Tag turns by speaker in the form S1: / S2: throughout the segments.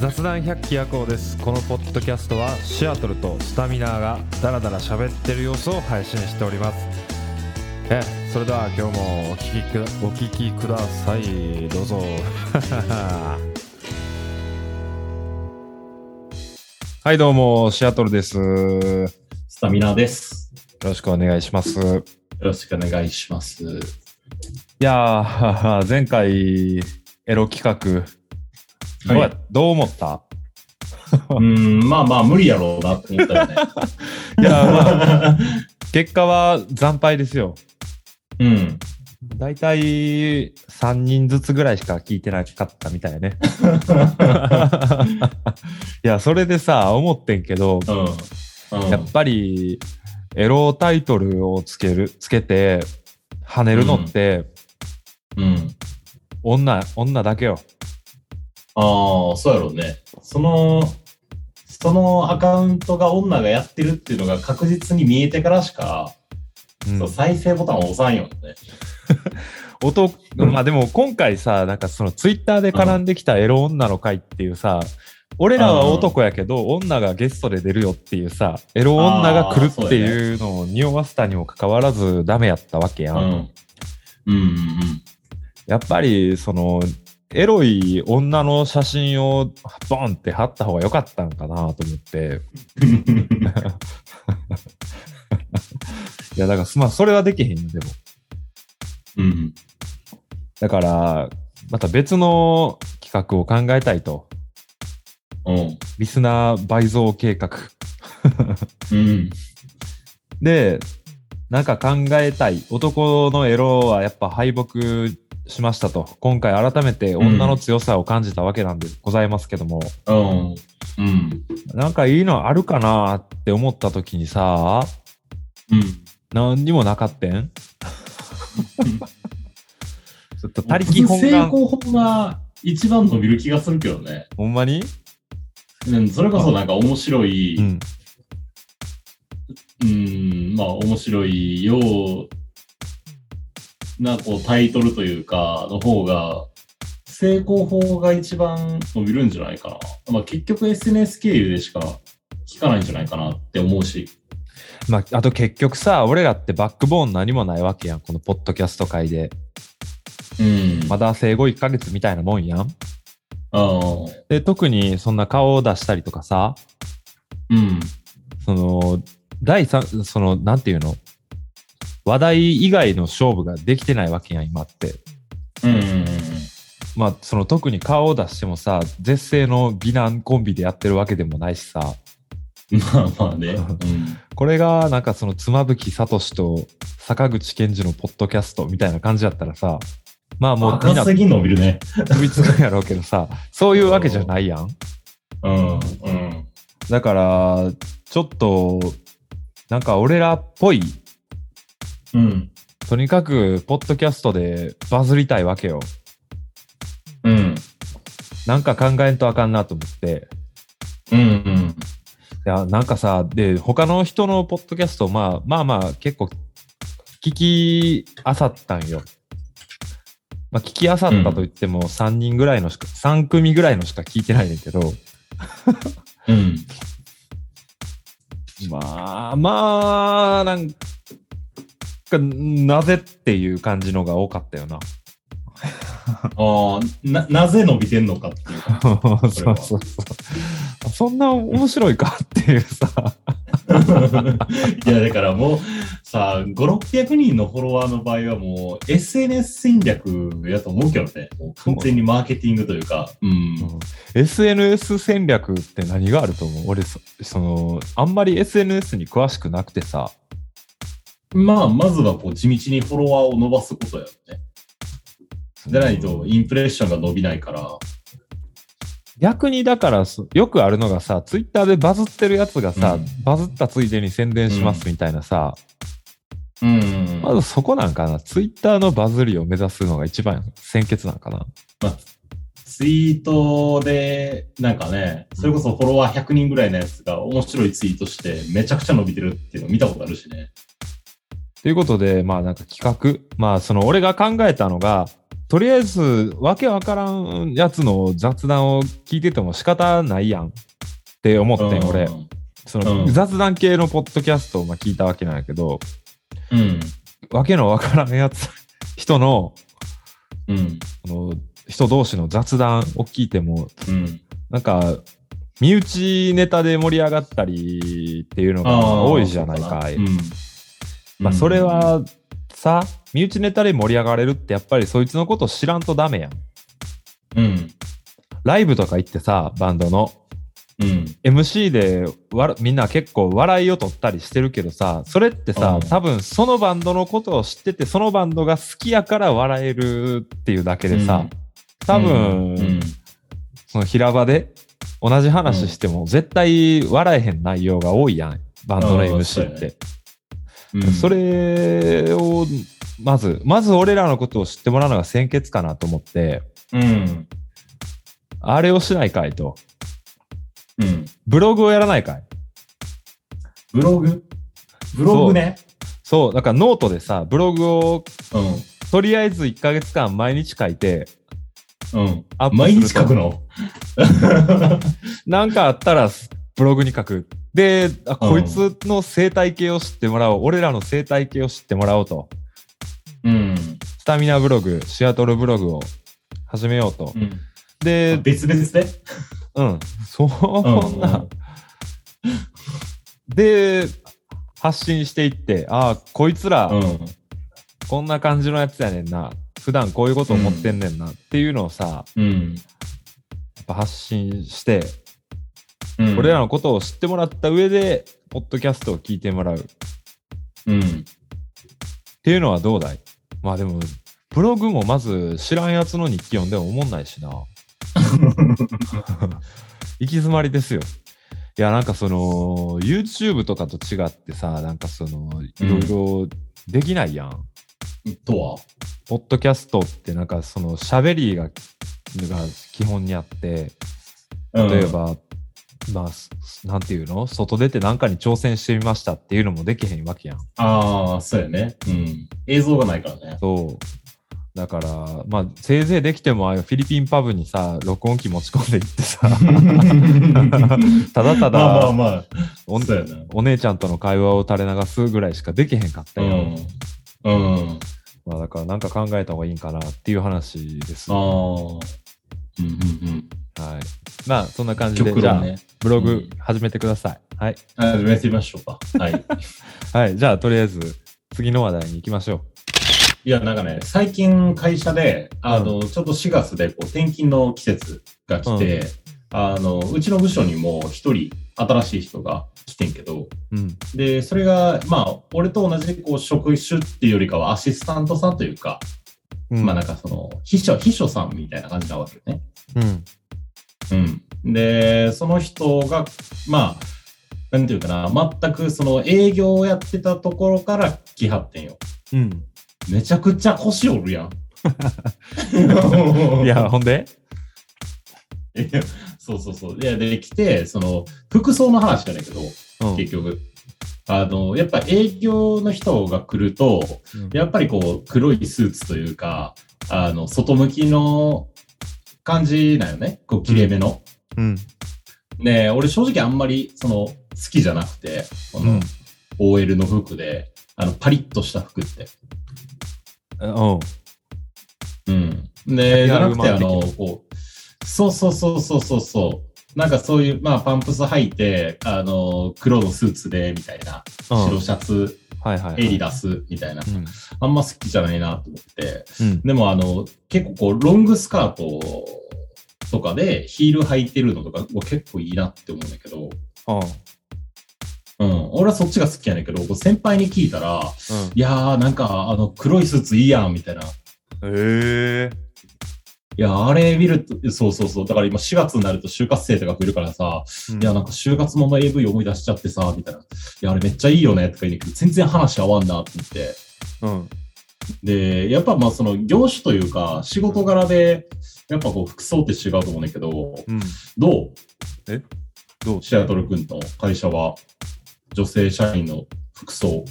S1: 雑談百鬼夜行ですこのポッドキャストはシアトルとスタミナーがダラダラ喋ってる様子を配信しておりますえそれでは今日もお聞きくだお聞きくださいどうぞ はいどうもシアトルですよ
S2: スタミナです。
S1: ろしくお願いします
S2: よろしくお願いします。
S1: いやー前回エロ企画どうや、
S2: はい
S1: どう思った
S2: うん、まあまあ無理やろうなって思ったよ ね。
S1: いやー、まあ、結果は惨敗ですよ
S2: うん。
S1: 大体3人ずつぐらいしか聞いてなかったみたい ね。いや、それでさ、思ってんけど、
S2: うん。
S1: やっぱりエロタイトルをつける、つけて跳ねるのって
S2: うん。うん。
S1: 女、女だけよ。
S2: ああ、そうやろうね。その、そのアカウントが女がやってるっていうのが確実に見えてからしか、
S1: うん
S2: そう再生ボタンを押さんよね。
S1: 音、
S2: うん
S1: まあでも今回さ、なんかそのツイッターで絡んできたエロ女の会っていうさ、俺らは男やけど、女がゲストで出るよっていうさ、エロ女が来るっていうのを匂わせたにもかかわらずダメやったわけや
S2: うん。うんうん
S1: やっぱりそのエロい女の写真をボンって貼った方が良かったのかなと思って
S2: うん。
S1: いやだからまあそれはできへんよでも
S2: うん。
S1: だからまた別の企画を考えたいと
S2: うん。
S1: リスナー倍増計画
S2: うん。
S1: でなんか考えたい男のエロはやっぱ敗北しましたと今回改めて女の強さを感じたわけなんでございますけども、
S2: うん。うん。
S1: なんかいいのあるかなって思った時にさ
S2: うん。
S1: 何にもなかってん ちょっと他力本
S2: 成
S1: 願
S2: 功法が一番伸びる気がするけどね。
S1: ほんまに、
S2: うん、それこそなんか面白い、うん、、まあ面白いようなこうタイトルというか、の方が、成功法が一番伸びるんじゃないかな。まあ結局 SNS 経由でしか聞かないんじゃないかなって思うし。
S1: まあ、あと結局さ俺らってバックボーン何もないわけやんこのポッドキャスト界で
S2: うん。
S1: まだ生後1ヶ月みたいなもんやん
S2: ああ。
S1: で特にそんな顔を出したりとかさ
S2: うん。
S1: その第三そのなんていうの話題以外の勝負ができてないわけやん今って
S2: うん。うん
S1: まあその特に顔を出してもさ絶世の美男コンビでやってるわけでもないしさ、
S2: まあまあね。うん。
S1: これがなんかその妻夫木聡と坂口健二のポッドキャストみたいな感じだったらさまあもうみんな
S2: 赤すぎ伸びるね。
S1: 飛びつくんやろうけどさそういうわけじゃないやん
S2: うん。うん。
S1: だからちょっとなんか俺らっぽい
S2: うん。
S1: とにかくポッドキャストでバズりたいわけよ
S2: うん。
S1: なんか考えんとあかんなと思って
S2: うん。
S1: いやなんかさで他の人のポッドキャスト、まあ、まあまあ結構聞きあさったんよ、まあ、聞きあさったといっても3人ぐらいのしか、3組ぐらいのしか聞いてないねんだけど
S2: うん。
S1: まあまあなんかなぜっていう感じのが多かったよな
S2: ああ、な、なぜ伸びてんのかっていうか。
S1: そう そうそうそんな面白いかっていうさ
S2: いや、だからもう、さあ、5、600人のフォロワーの場合はもう、SNS 戦略やと思うけどね。もう完全にマーケティングというか、うん。
S1: SNS 戦略って何があると思う俺そそのあんまり SNS に詳しくなくてさ
S2: まあ、まずはこう、地道にフォロワーを伸ばすことやよね。でないと、インプレッションが伸びないから。
S1: 逆にだからそよくあるのがさツイッターでバズってるやつがさ、
S2: うん
S1: バズったついでに宣伝しますみたいなさ、
S2: うん。
S1: まずそこなんかなツイッターのバズりを目指すのが一番先決なんかな
S2: ツイートで、なんかね、それこそフォロワー100人ぐらいのやつが面白いツイートして、めちゃくちゃ伸びてるっていうの見たことあるしね。
S1: ということでまあなんか企画まあその俺が考えたのがとりあえず、わけわからんやつの雑談を聞いてても仕方ないやんって思ってん、俺
S2: う。ん
S1: その
S2: うん
S1: 雑談系のポッドキャストをまあ聞いたわけなんやけど、
S2: うん。
S1: わけのわからんやつ、 人の、
S2: うん。
S1: あの人同士の雑談を聞いても、
S2: うん。
S1: なんか、身内ネタで盛り上がったりっていうのが多いじゃないか
S2: う。ん。
S1: まあ、それはさ、身内ネタで盛り上がれるって、やっぱりそいつのこと知らんとダメやん。
S2: うん。
S1: ライブとか行ってさ、バンドの。
S2: うん。
S1: MC でわらみんな結構笑いを取ったりしてるけどさそれってさ、
S2: うん
S1: 多分そのバンドのことを知っててそのバンドが好きやから笑えるっていうだけでさ、
S2: うん
S1: 多分、
S2: うん
S1: その平場で同じ話しても絶対笑えへん内容が多いやんバンドの
S2: うん
S1: MC って、
S2: うん。
S1: それをまずまず俺らのことを知ってもらうのが先決かなと思って
S2: うん。
S1: あれをしないかいと
S2: うん。
S1: ブログをやらないかい
S2: ブログブログね。
S1: そうだからノートでさブログを
S2: う
S1: とりあえず1ヶ月間毎日書いて、
S2: ん。うん。
S1: アップすると
S2: 毎日書くの
S1: なんかあったらブログに書く。で、あこいつの生態系を知ってもらおう。俺らの生態系を知ってもらおうと。
S2: うん。
S1: スタミナブログ、シアトルブログを始めようと
S2: う。ん
S1: で、
S2: 別々で
S1: うん。そんな。で、発信していって、ああ、こいつ
S2: う
S1: ら
S2: ん。
S1: こんな感じのやつやねんな。普段こういうこと思ってんねんなっていうのをさ、
S2: うん。
S1: やっぱ発信して、
S2: うん。
S1: 俺らのことを知ってもらった上で、ポッドキャストを聞いてもらうっ
S2: うん。
S1: ていうのはどうだいまあでも、ブログもまず知らんやつの日記読んでも思んないしな。行き詰まりですよ。いや、なんかその、YouTube とかと違ってさ、なんかその、いろいろできないやん。
S2: とは
S1: ポッドキャストってなんかその、喋りが、が基本にあって、例え。ば、まあ、すなんていうの外出てなんかに挑戦してみましたっていうのもできへんわけやん。
S2: ああ、そうやね。うん。映像がないからね。
S1: そう。だから、まあ、せいぜいできても、ああいうフィリピンパブにさ、録音機持ち込んでいって さ、ただただ、
S2: まあまあまあ。
S1: おん
S2: そうやな。
S1: お姉ちゃんとの会話を垂れ流すぐらいしかできへんかった
S2: う
S1: よ。
S2: ん。うん。
S1: まあ、だから、なんか考えた方がいいんかなっていう話です。
S2: ああ
S1: は。
S2: うんうん
S1: い。まあ、そんな
S2: う
S1: 感
S2: ん。
S1: じで、
S2: 極
S1: じゃ
S2: 論
S1: あ、
S2: ね。
S1: ブロ
S2: う
S1: グ
S2: ん
S1: 始めてください。はい。
S2: あ始めてみましょうか。はい。
S1: はい。じゃあ、とりあえず、次の話題に行きましょ
S2: いや、なんかね、最近会社で、あの、ちょうど4月でこう転勤の季節が来て、
S1: う
S2: あの、うちの部署にも一人新しい人が来てんけど、
S1: う。うん。
S2: で、それが、まあ、俺と同じこう職種っていうよりかはアシスタントさんというか、
S1: うん。
S2: まあなんかその、秘書、秘書さんみたいな感じなわけね。
S1: うん。
S2: うん。で、その人が、まあ、なんていうかな、全くその営業をやってたところから来はってんよ。
S1: うん。
S2: めちゃくちゃ腰折るやん。
S1: いや、ほんで
S2: いや、 そうそうそう。いや、で、来て、その、服装の話じゃないけど、
S1: うん。
S2: 結局。あの、やっぱ営業の人が来ると、
S1: うん
S2: やっぱりこう、黒いスーツというか、あの、外向きの感じなんよね。こう、切れ目の。
S1: うん。
S2: ねえ俺正直あんまり、その、好きじゃなくて、こ
S1: う
S2: の
S1: ん。
S2: OL の服で、あの、パリッとした服って。
S1: うん。
S2: うん。で、じ
S1: リア
S2: ゃな
S1: ル
S2: くて、あ
S1: マ
S2: の
S1: ン、
S2: こう、そうそうそうそうそうそう。なんかそういう、まあ、パンプス履いて、あの、黒のスーツで、みたいな。
S1: うん
S2: 白シャツ、
S1: はいはいはい。
S2: 襟出す、みたいな。
S1: うん。
S2: あんま好きじゃないなと思って。
S1: うん。
S2: でも、あの、結構こう、ロングスカートとかで、ヒール履いてるのとか、うわ結構いいなって思うんだけど、
S1: うん。
S2: うん。俺はそっちが好きやねんけど、こう先輩に聞いたら、
S1: うん
S2: いやー、なんか、あの、黒いスーツいいやん、みたいな。
S1: へえ。
S2: いや、あれ見ると、そうそうそう。だから今4月になると就活生とか来るからさ、いや、なんか就活もの AV 思い出しちゃってさ、みたいな。いや、あれめっちゃいいよねとか言うんだけど、全然話合わんなって言って。
S1: うん。
S2: で、やっぱまあその業種というか、仕事柄で、やっぱこう服装って違うと思うんだけど、
S1: うん。
S2: ど
S1: どう
S2: うシアトル君の会社は、女性社員の服装。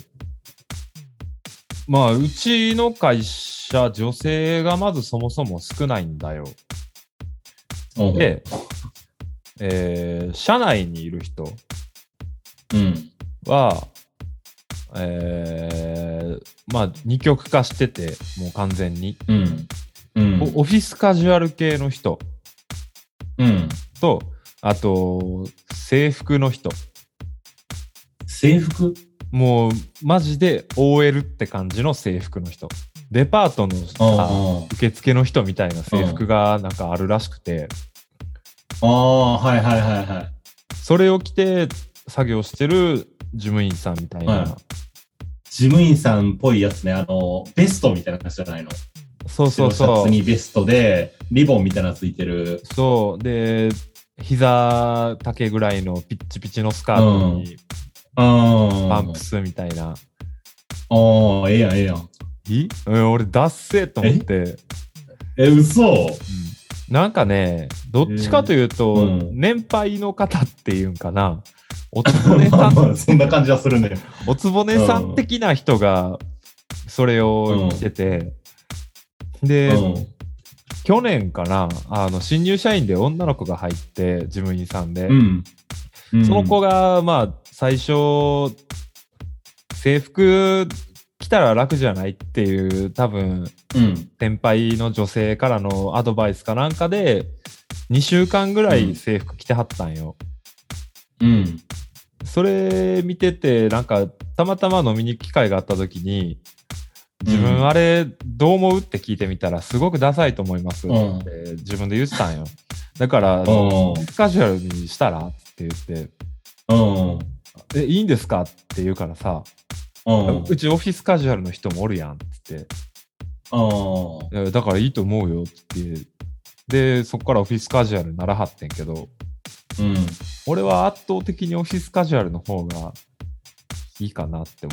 S1: まあ、うちの会社社、女性がまずそもそも少ないんだよ。
S2: うん、
S1: で、えー社内にいる人
S2: うん。
S1: は、えーまあ、二極化してて、もう完全に。
S2: うん。うん。
S1: おオフィスカジュアル系の人
S2: うん。
S1: と、あと、制服の人。
S2: 制服
S1: もう、マジで OL って感じの制服の人。デパートのさ
S2: あ
S1: 受付の人みたいな制服がなんかあるらしくて、
S2: あ。ああー、はいはいはいはい。
S1: それを着て作業してる事務員さんみたいな、
S2: は事務員さんっぽいやつね、あの、ベストみたいな感じじゃないの。
S1: そうそう
S2: 白シャ
S1: そ
S2: ツ
S1: う
S2: にベストで、リボンみたいなのついてる。
S1: そうで膝丈ぐらいのピッチピチのスカートに
S2: うん。
S1: パンプスみたいな、
S2: ああ、ええやん、ええやん。
S1: えうん俺ダッセーと思って、うん
S2: え、嘘
S1: なんかねどっちかというと、
S2: うん
S1: 年配の方っていうんかなおつぼねさん
S2: まあそんな感じはするね。
S1: おつぼねさん的な人がそれを着てて、で、
S2: う
S1: 去年かなあの新入社員で女の子が入って事務員さんで、
S2: ん。うん。
S1: その子がまあ最初制服着たら楽じゃないっていう多分
S2: うん。
S1: 先輩の女性からのアドバイスかなんかで2週間ぐらい制服着てはったんよ。
S2: うん。
S1: それ見ててなんかたまたま飲みに行く機会があった時に自分あれどう思うって聞いてみたらすごくダサいと思いますって自分で言ってたんよ。だから
S2: うん。
S1: カジュアルにしたらって言って、
S2: うん。
S1: え、いいんですかって言うからさ、
S2: うん。
S1: うちオフィスカジュアルの人もおるやんって言って
S2: ああ。
S1: え、だからいいと思うよって。で、そこからオフィスカジュアルにならはってんけど、
S2: うん。
S1: 俺は圧倒的にオフィスカジュアルの方がいいかなって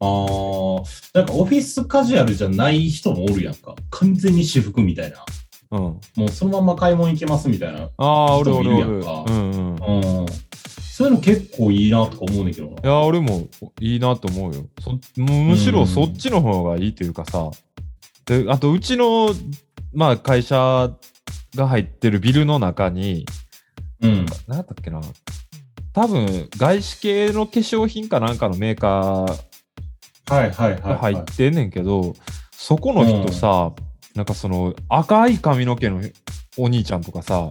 S1: 思う。
S2: ああ。なんかオフィスカジュアルじゃない人もおるやんか。完全に私服みたいな。
S1: うん。
S2: もうそのまま買い物行けますみたいな。
S1: ああ、おるおるお
S2: 人もい
S1: る。
S2: るやん
S1: うん
S2: か
S1: うん。い
S2: うん。そういうの結構いいなとか思うねんだけどな。
S1: や、俺もいいなと思うよ。そむむしろそっちの方がいいというかさ、であとうちの、まあ、会社が入ってるビルの中に、
S2: うん。
S1: なんだっけな、多分外資系の化粧品かなんかのメーカー
S2: はいはいはい、
S1: が
S2: はい。
S1: 入ってんねんけど、そこの人さ、なんかその赤い髪の毛のお兄ちゃんとかさ、
S2: あ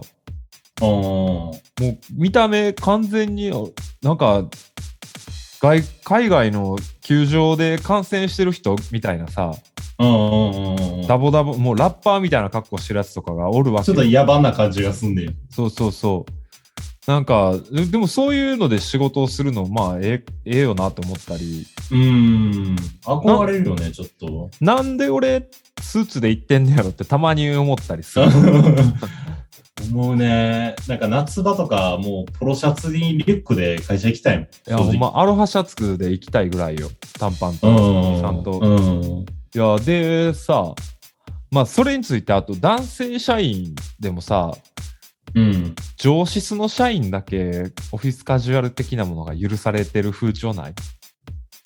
S2: あ。
S1: もう見た目完全に、なんか外、海外の球場で観戦してる人みたいなさ、
S2: うんうんうんうん。
S1: ダボダボ、もうラッパーみたいな格好してるやつとかがおるわ
S2: ち
S1: け
S2: ょっ
S1: よ
S2: と野蛮な感じがすんねん。
S1: そうそうそう。なんか、ででもそういうので仕事をするの、まあ、ええ、ええよなと思ったり、
S2: うーん。憧れるよね、ちょっと。
S1: なんで俺、スーツで行ってんねやろってたまに思ったりする。
S2: 思うね。なんか夏場とか、もうポロシャツにリュックで会社行きたいもん。
S1: いや、
S2: 正直
S1: ほんま、アロハシャツで行きたいぐらいよ。短パン
S2: う
S1: と。
S2: ん。
S1: ちゃんと
S2: うん。
S1: いや、でさ、まあ、それについて、あと、男性社員でもさ、
S2: うん。
S1: 上質の社員だけ、オフィスカジュアル的なものが許されてる風潮ない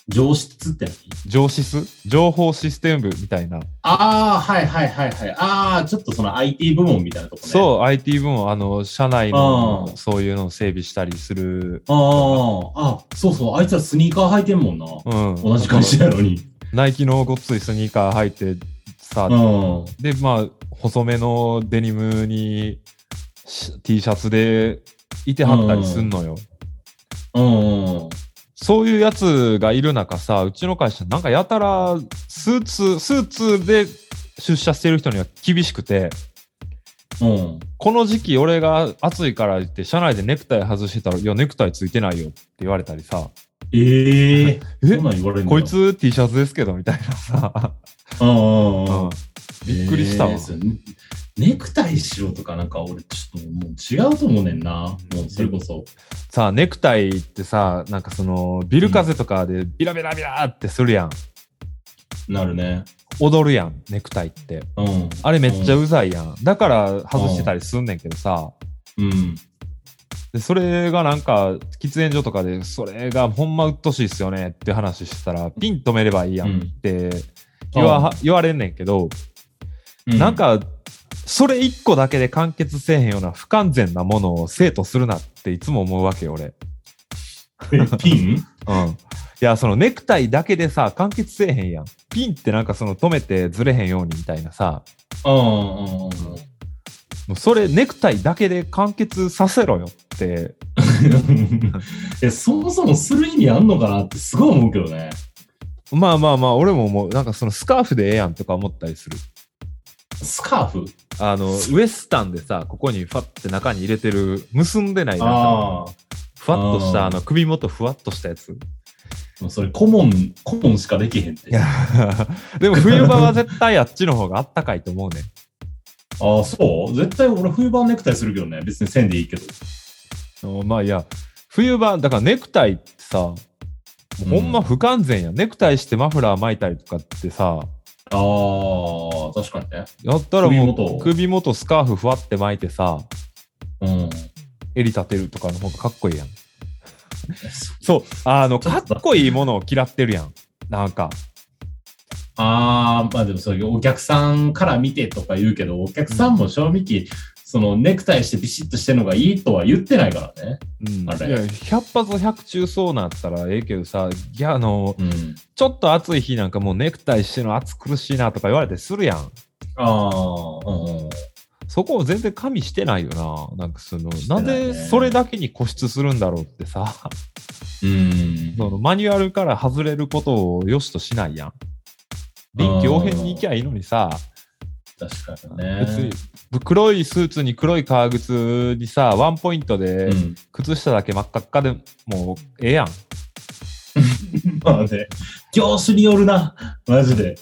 S2: 上質って何
S1: 上質情報システム部みたいな。
S2: ああ、はいはいはいはい。ああ、ちょっとその IT 部門みたいなとこね。う。
S1: そう、IT 部門、あの、社内
S2: う
S1: の
S2: ん
S1: そういうのを整備したりする。
S2: ああ、あそうそう。あいつはスニーカー履いてんもんな。
S1: うん。
S2: 同じ会社やのに。
S1: ナイキのごっついスニーカー履いてさ、
S2: うん。
S1: で、まあ、細めのデニムにし T シャツでいてはったりすんのよ。
S2: うん。
S1: そういうやつがいる中さ、うちの会社なんかやたらスーツ、スーツで出社してる人には厳しくて、
S2: うん。
S1: この時期俺が暑いから言って社内でネクタイ外してたら、いや、ネクタイついてないよって言われたりさ、
S2: ええ
S1: え
S2: そんなん言われる
S1: こいつ T シャツですけどみたいなさ、
S2: うんうんうん。
S1: びっくりしたわ
S2: えーそうねネクタイしろとかなんか俺ちょっともう違うと思うねんな。もうそれこそ。
S1: さあネクタイってさなんかそのビル風とかでビラビラビラってするやん
S2: なるね。
S1: 踊るやんネクタイって
S2: うん。
S1: あれめっちゃ
S2: うん。
S1: うざいやんだから外してたりすんねんけどさ
S2: うん。
S1: でそれがなんか喫煙所とかでそれがほんま鬱陶しいっすよねって話してたらピン止めればいいやんって言わ言われんねんけど、
S2: う
S1: なん、か、それ一個だけで完結せえへんような不完全なものを生徒するなっていつも思うわけよ、俺。
S2: えピン
S1: うん。いや、そのネクタイだけでさ、完結せえへんやん。ピンってなんかその止めてずれへんようにみたいなさ、
S2: あ あ、
S1: もうそれネクタイだけで完結させろよって、
S2: え、そもそもする意味あんのかなってすごい思うけどね。
S1: まあまあまあ、俺も思う、なんかそのスカーフでええやんとか思ったりする。
S2: スカーフ
S1: あの、ウエスタンでさ、ここにファって中に入れてる、結んでないなんか、
S2: あ
S1: ふわっとした、
S2: あー
S1: あの、首元ふわっとしたやつ。
S2: あ、それ顧問、顧問しかできへんって。
S1: いや
S2: あ、
S1: でも冬場は絶対あっちの方があったかいと思うね。
S2: あ、そう絶対俺冬場ネクタイするけどね。別に線でいいけど。
S1: おまあいや、冬場、だからネクタイってさ、ほんま
S2: あ
S1: 不完全やん。ネクタイしてマフラー巻いたりとかってさ、
S2: あ、確かにね。
S1: やったらもう
S2: 首
S1: 首
S2: 元
S1: 元スカーフふわって巻いてさ、
S2: うん。
S1: 襟立てるとかの方がかっこ いいやん。そう、あの、かっこいいものを嫌ってるやん。なんか。
S2: ああ、まあでもそういうお客さんから見てとか言うけど、お客さんも正直、そのネクタイしてビシッとしてるのがいいとは言ってないからね。
S1: うん、い
S2: あ
S1: や
S2: れ
S1: 100発100中そうなったらええけどさ、いや、あの、
S2: うん。
S1: ちょっと暑い日なんかもうネクタイしてるの暑苦しいなとか言われてするやん。
S2: ああ、うん。
S1: そこを全然加味してないよな。なんかその、
S2: してな
S1: ないん
S2: ね
S1: でそれだけに固執するんだろうってさ、
S2: うん。
S1: そのマニュアルから外れることを良しとしないやん。臨機応変に行きゃいいのにさ、
S2: 確かに
S1: 別に
S2: ね。
S1: 黒いスーツに黒い革靴にさ、ワンポイントで
S2: うん。
S1: 靴下だけ真っ赤っかでもうええやん。
S2: まあね、業種によるな、マジで。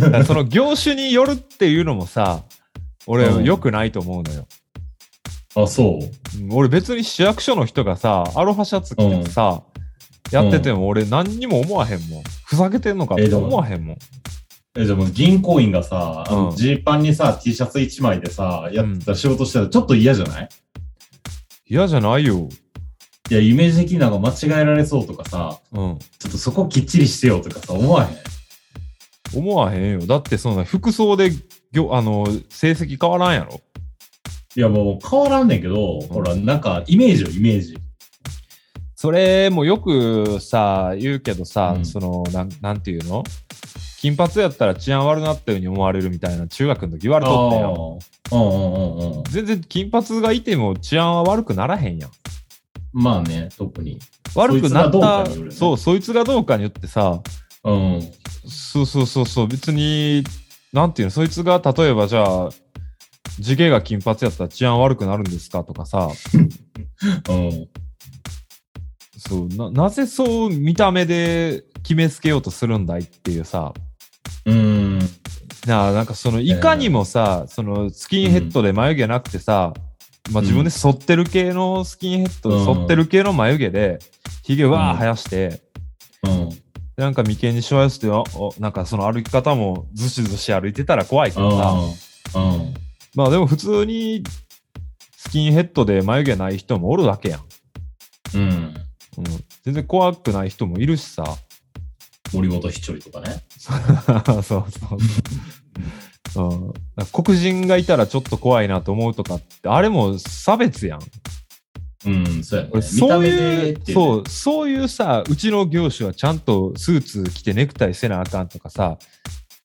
S1: だからその業種によるっていうのもさ、俺
S2: うん
S1: 良くないと思うのよ。
S2: あ、そ
S1: う
S2: う。
S1: ん俺別に市役所の人がさ、アロハシャツ着てさ、やってても俺何にも思わへんもん。ふざけてんのかっ
S2: ええ
S1: て
S2: でも
S1: 思わへんもん。
S2: え、じゃあもう銀行員がさ、あの
S1: うん
S2: ジーパンにさ、T シャツ1枚でさ、やってた仕事してたらちょっと嫌じゃない
S1: 嫌じゃないよ。
S2: いや、イメージ的になんか間違えられそうとかさ、
S1: うん。
S2: ちょっとそこきっちりしてよとかさ、思わへん。
S1: 思わへんよ。だってそんな服装でぎょあの成績変わらんやろ。
S2: いや、もう変わらんねんけど、ほら、なんかイメージよ、イメージ。
S1: それもよくさ、言うけどさ、
S2: うん
S1: そのなん、なんていうの金髪やったら治安悪なったように思われるみたいな中学の時言われとったよ。
S2: あーうんうんうんうん。
S1: 全然金髪がいても治安は悪くならへんやん。
S2: まあね、特に。
S1: 悪くな
S2: そいつが
S1: っ
S2: どうか
S1: た
S2: によるよね
S1: そうそいつがどうかによってさ
S2: うん。
S1: そうそうそうそう別になんていうのそいつが例えばじゃあ地毛が金髪やったら治安悪くなるんですかとかさ
S2: うん。
S1: そうななぜそう見た目で決めつけようとするんだいっていうさ
S2: うん。
S1: なあなんかそのいかにもさ、そのスキンヘッドで眉毛なくてさ、まあ、自分で剃ってる系のスキンヘッドで
S2: うん
S1: 剃ってる系の眉毛でひげわー
S2: うん
S1: 生やして、
S2: うん。
S1: なんか眉間にしわ寄せてあおなんかその歩き方もずしずし歩いてたら怖いけ
S2: う
S1: どさ、
S2: ん。うん。
S1: まあでも普通にスキンヘッドで眉毛ない人もおるわけやん。
S2: うん。
S1: うん、全然怖くない人もいるしさ。
S2: 森本ひちょりとかね。
S1: そうそうそう。うん、なんか黒人がいたらちょっと怖いなと思うとかって、あれも差別やん。
S2: うん、そうやね。
S1: 俺そうい
S2: 見た目でっ
S1: う、
S2: ていうね
S1: そう、そういうさ、うちの業種はちゃんとスーツ着てネクタイせなあかんとかさ、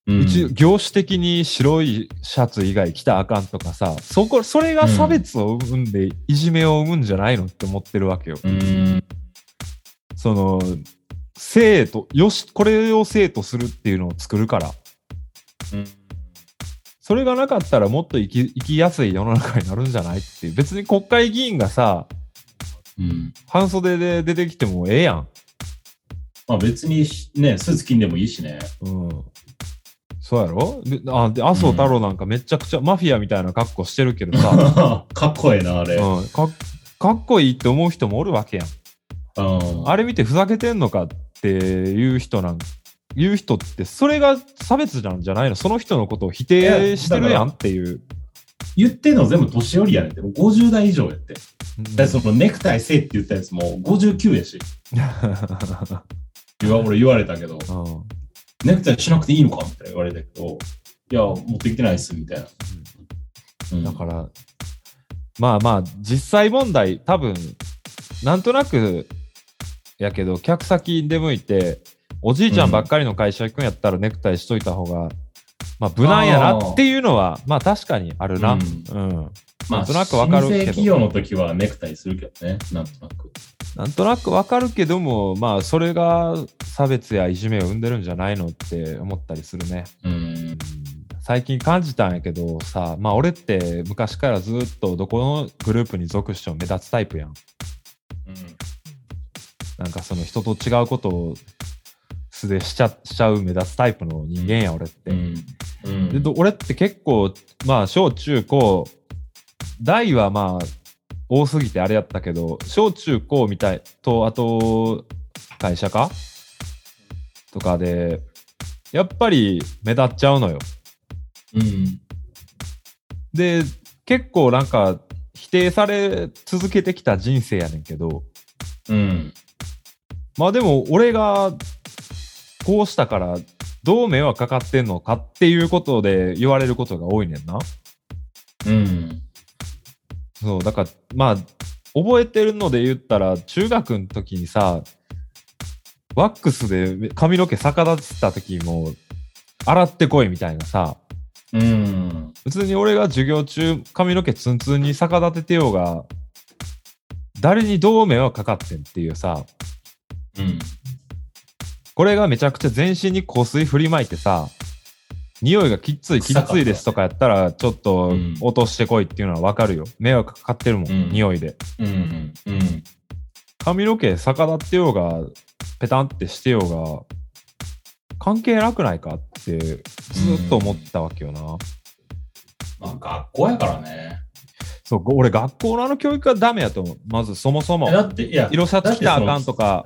S2: うん
S1: うち業種的に白いシャツ以外着たらあかんとかさそこそれが差別を生んでいじめを生むんじゃないのって思ってるわけよ。
S2: うん。
S1: その生徒よしこれを生とするっていうのを作るからそれがなかったらもっと生き生きやすい世の中になるんじゃないっていう別に国会議員がさ
S2: うん。
S1: 半袖で出てきてもええやん。
S2: まあ別にね、スーツ着んでもいいしね。
S1: うんそうやろであで麻生太郎なんかめちゃくちゃマフィアみたいな格好してるけど さ、
S2: かっこええな、あれ。うん。
S1: うん、かかっこいいって思う人もおるわけやん。あ
S2: れ
S1: れ見てふざけてんのかっていう人なん、言う人って、それが差別なんじゃないのその人のことを否定してるやんっていう。
S2: 言ってんの全部年寄りやねんって。もう50代以上やって。
S1: う
S2: で、
S1: ん
S2: そのネクタイせえって言ったやつも59やし。いや俺言われたけ ど。
S1: うん
S2: ネクタイしなくていいのかみたいな言われたけど、いや、持ってきてないっす、みたいな。うん
S1: だから、まあまあ、実際問題、多分、なんとなくやけど、客先出向いて、おじいちゃんばっかりの会社行くんやったらネクタイしといた方が、まあ無難やなっていうのは、まあ確かにあるな。う
S2: う
S1: んん。
S2: ま
S1: な
S2: あ、
S1: んとなくわかるけど
S2: 新生企業の時はネクタイするけどね、なんとなく。
S1: なんとなくわかるけども、まあそれが差別やいじめを生んでるんじゃないのって思ったりするね。
S2: うん。
S1: 最近感じたんやけどさ、まあ俺って昔からずっとどこのグループに属しても目立つタイプやん。なんかその人と違うことを素でしちゃしちゃう目立つタイプの人間や俺って。
S2: うん。う
S1: で
S2: ん。
S1: ど俺って結構まあ小中高大はまあ多すぎてあれやったけど小中高みたいとあと会社かとかでやっぱり目立っちゃうのよ。
S2: うん。
S1: で結構なんか否定され続けてきた人生やねんけど
S2: うん。
S1: まあでも俺がこうしたからどう迷惑かかってんのかっていうことで言われることが多いねんな。
S2: うん。
S1: そうだからまあ覚えてるので言ったら中学の時にさワックスで髪の毛逆立てた時も洗ってこいみたいなさ
S2: うん。
S1: 普通に俺が授業中髪の毛ツンツンに逆立ててようが誰にどう迷惑かかってんっていうさ
S2: うん。
S1: これがめちゃくちゃ全身に香水振りまいてさ、匂いがきっついき
S2: 臭か
S1: っ
S2: った
S1: ついですとかやったら、ちょっと
S2: うん
S1: 落としてこいっていうのはわかるよ。迷惑かかってるもん、
S2: うん
S1: 匂いで。
S2: うん。うん。
S1: 髪の毛逆立ってようが、ペタンってしてようが、関係なくないかってずっと思ったわけよな。
S2: まあ、学校やからね。
S1: そう、ご俺学校のあの教育はダメやと思う。まずそもそも
S2: え。だって、いや、
S1: 色シャツ着たらあかんとか、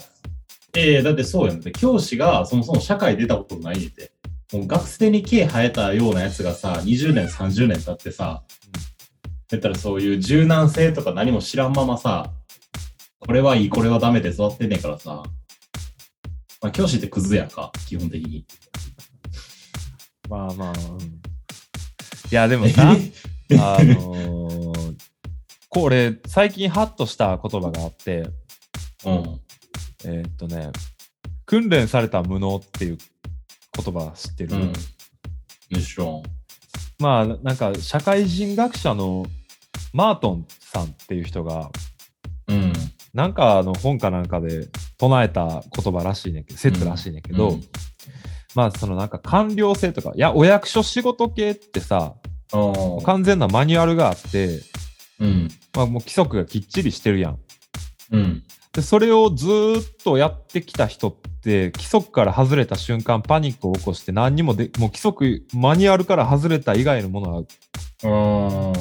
S2: ええだってそうやんって。教師がそもそも社会出たことないねんて。もう学生に毛生えたようなやつがさ、20年、30年経ってさ、
S1: うん
S2: だったらそういう柔軟性とか何も知らんままさ、これはいい、これはダメで育ってんねんからさ、まあ教師ってクズやんか、基本的に。
S1: まあまあ、うんいや、でもさ、あのー、これ、最近ハッとした言葉があって、
S2: うん。
S1: えーっとね、訓練された無能っていう言葉知ってる、
S2: うん。もちろん。
S1: まあ、なんか、社会人学者のマートンさんっていう人が、
S2: うん。
S1: なんかあの本かなんかで唱えた言葉らしいねんけど、説らしいねんけど、
S2: うん
S1: まあ、そのなんか官僚性とか、いや、お役所仕事系ってさ、
S2: ああ。
S1: 完全なマニュアルがあって、
S2: うん。
S1: まあ、もう規則がきっちりしてるやん。
S2: うん。
S1: でそれをずーっとやってきた人って規則から外れた瞬間パニックを起こして何にもでもう規則マニュアルから外れた以外のものは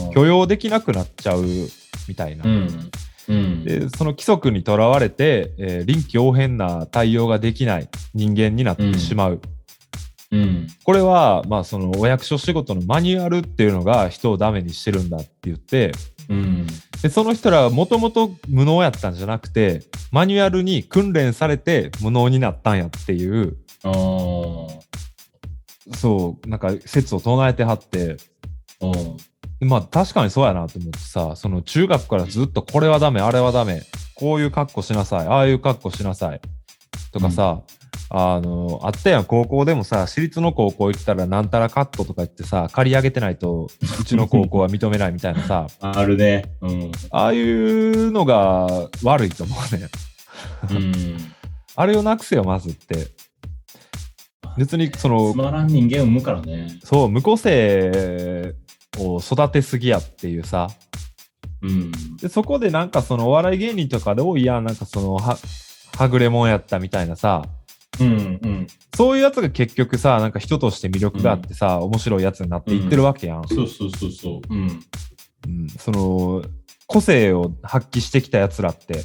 S2: ああ。
S1: 許容できなくなっちゃうみたいな、
S2: うん。うん。
S1: でその規則にとらわれて、えー臨機応変な対応ができない人間になってしまう、
S2: うん。
S1: これは、まあ、そのお役所仕事のマニュアルっていうのが人をダメにしてるんだって言って
S2: うん。
S1: でその人らはもともと無能やったんじゃなくてマニュアルに訓練されて無能になったんやっていう
S2: ああ。
S1: そう、なんか説を唱えてはって、
S2: うん。
S1: まあ確かにそうやなと思ってさ、その中学からずっとこれはダメ、あれはダメ、こういう格好しなさい、ああいう格好しなさいとかさ、あの、あったやん、高校でもさ、私立の高校行ったらなんたらカットとか言ってさ、借り上げてないと、うちの高校は認めないみたいなさ、
S2: あるね。うん。
S1: ああいうのが悪いと思うね。
S2: うん。
S1: あれをなくせよ、まずって。別にその
S2: つまらん人間を産むからね。
S1: そう、無個性を育てすぎやっていうさ。
S2: うん。
S1: で、そこでなんかそのお笑い芸人とかで、おいや、なんかそのは、はぐれもんやったみたいなさ、
S2: うんうん。
S1: そういうやつが結局さ、なんか人として魅力があってさ、面白いやつになっていってるわけやん。
S2: そうそうそうそう。うん。
S1: うんその、個性を発揮してきたやつらって、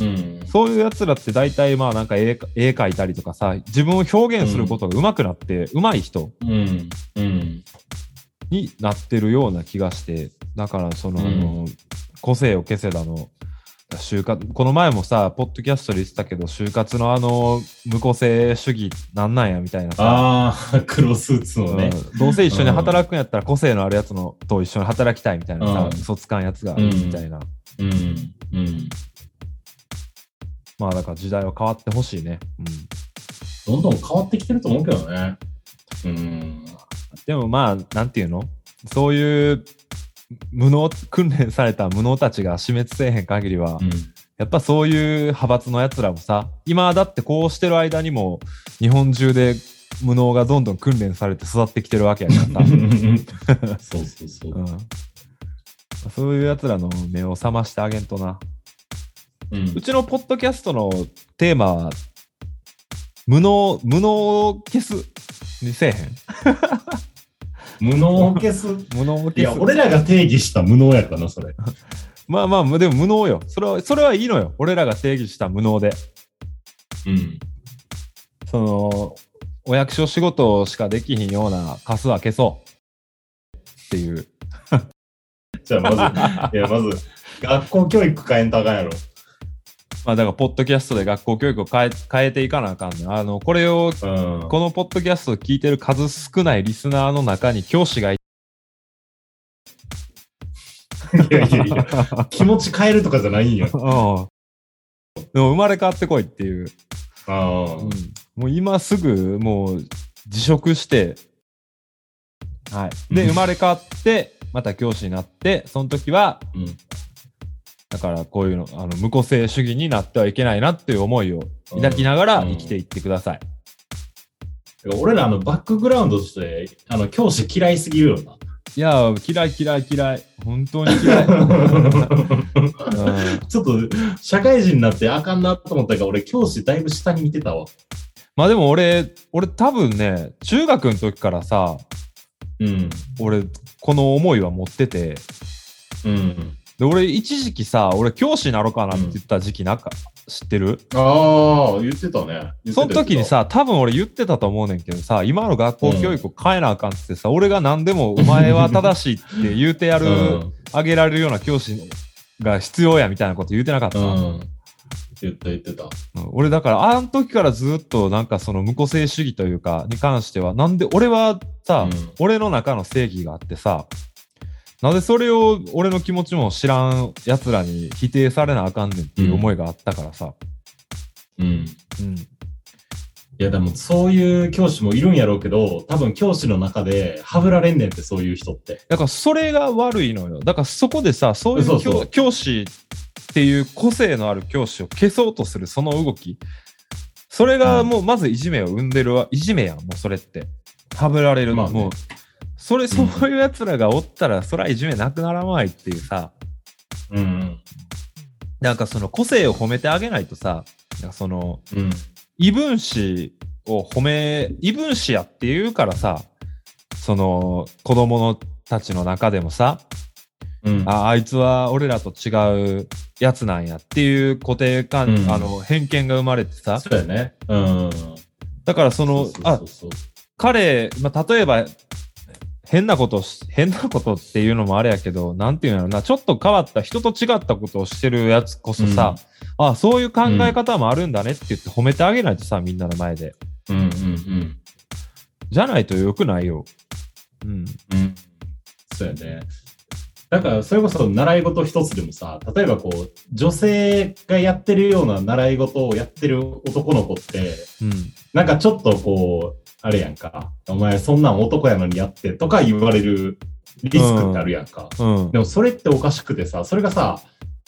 S2: うん。
S1: そういうやつらって大体まあなんか絵か絵描いたりとかさ、自分を表現することが上手くなって、上手い人
S2: うん。うん。
S1: になってるような気がして、だからその、
S2: うん
S1: 個性を消せだの、就活、この前もさ、ポッドキャストで言ってたけど、就活のあの、無個性主義なんなんやみたいなさ、
S2: ああ、黒スーツのね。
S1: うんどうせ一緒に働くんやったら個性のあるやつのと一緒に働きたいみたいなさ、
S2: うん
S1: 嘘つかんやつがいるみたいな、
S2: うん。うん。
S1: まあだから時代は変わってほしいね、うん、
S2: どんどん変わってきてると思うけどね。うん。
S1: でもまあなんていうのそういう無能訓練された無能たちが死滅せえへん限りは、
S2: うん。
S1: やっぱそういう派閥のやつらもさ今だってこうしてる間にも日本中で無能がどんどん訓練されて育ってきてるわけやからさ、
S2: そうそうそう
S1: う。ん、そういうやつらの目を覚ましてあげんとな
S2: うん
S1: う。ちのポッドキャストのテーマは、無能、無能を消すにせえへん。
S2: 無能を消す。
S1: 無能を
S2: い
S1: 消
S2: や、
S1: す。
S2: 俺らが定義した無能やからな、それ。
S1: まあまあ、でも無能よ。それは、それはいいのよ。俺らが定義した無能で。
S2: うん。
S1: その、お役所仕事しかできひんようなカスは消そう。っていう。
S2: じゃあ、まず、いや、まず、学校教育変えんとあかんやろ。
S1: まあだから、ポッドキャストで学校教育を変え変えていかなあかんねんあの、これを、
S2: うん。
S1: このポッドキャストを聞いてる数少ないリスナーの中に教師がい
S2: いやいやいや、気持ち変えるとかじゃないんや。
S1: うん。でも生まれ変わってこいっていう。
S2: ああ。
S1: もう今すぐもう辞職して、はい、で
S2: うん
S1: 生まれ変わってまた教師になってその時は
S2: うん。
S1: だからこういうのあの無個性主義になってはいけないなっていう思いを抱きながら生きていってください。
S2: 俺ら、あの、バックグラウンドとして、あの、教師嫌いすぎるよな。
S1: いやー嫌い嫌い嫌い本当に嫌い、 うん、
S2: ちょっと、社会人になってあかんなと思ったから、俺、教師だいぶ下に見てたわ。
S1: まあでも俺俺多分ね中学の時からさ
S2: うん。
S1: 俺この思いは持ってて
S2: うん。
S1: で俺一時期さ俺教師になろうかなって言った時期なんか知ってる
S2: ああ、言ってたね。言ってた
S1: その時に、さ、多分俺言ってたと思うねんけどさ、今の学校教育を変えなあかんっつってさ、俺が何でもお前は正しいって言うてや
S2: 言
S1: る、
S2: って
S1: あげられるような教師が必要やみたいなこと言うてなかったた。
S2: うん。うん。言った言ってた。
S1: 俺だから、あの時からずっとなんかその無個性主義というか、に関しては、なんで俺はさ、
S2: うん
S1: 俺の中の正義があってさ、なぜそれを俺の気持ちも知らん奴らに否定されなあかんねんっていう思いがあったからさ。
S2: うん。
S1: うん。
S2: いやでもそういう教師もいるんやろうけど多分教師の中ではぶられんねんってそういう人って
S1: だからそれが悪いのよ。だからそこでさ、そういう
S2: そ
S1: 教
S2: うそう
S1: 教師っていう個性のある教師を消そうとするその動き。それがもうまずいじめを生んでるわ。いじめやん、もうそれって。はぶられる。
S2: まあね
S1: もう、それ、そういう奴らがおったら、そりゃいじめなくならないっていうさ、
S2: うん
S1: なんかその個性を褒めてあげないとさ、なんかその、
S2: うん
S1: 異分子を褒め、異分子やっていうからさ、その子供のたちの中でもさ、
S2: うん
S1: ああいつは俺らと違うやつなんやっていう固定観、
S2: うん
S1: あの偏見が生まれてさ
S2: そうやねうん
S1: だからそのあ
S2: そうそうそう
S1: 彼、まあ、例えば変なことをし変なことっていうのもあれやけどなんていうんやろなちょっと変わった人と違ったことをしてるやつこそさ、あそういう考え方もあるんだねって言って褒めてあげないとさみんなの前で
S2: うんうんうん
S1: じゃないとよくないよ。うん、
S2: うんそうやねだからそれこそ習い事一つでもさ例えばこう女性がやってるような習い事をやってる男の子って
S1: うん、
S2: なんかちょっとこうあれやんかお前そんなん男やのにやってとか言われるリスクってあるやんか、
S1: うん
S2: でもそれっておかしくてさ、それがさ、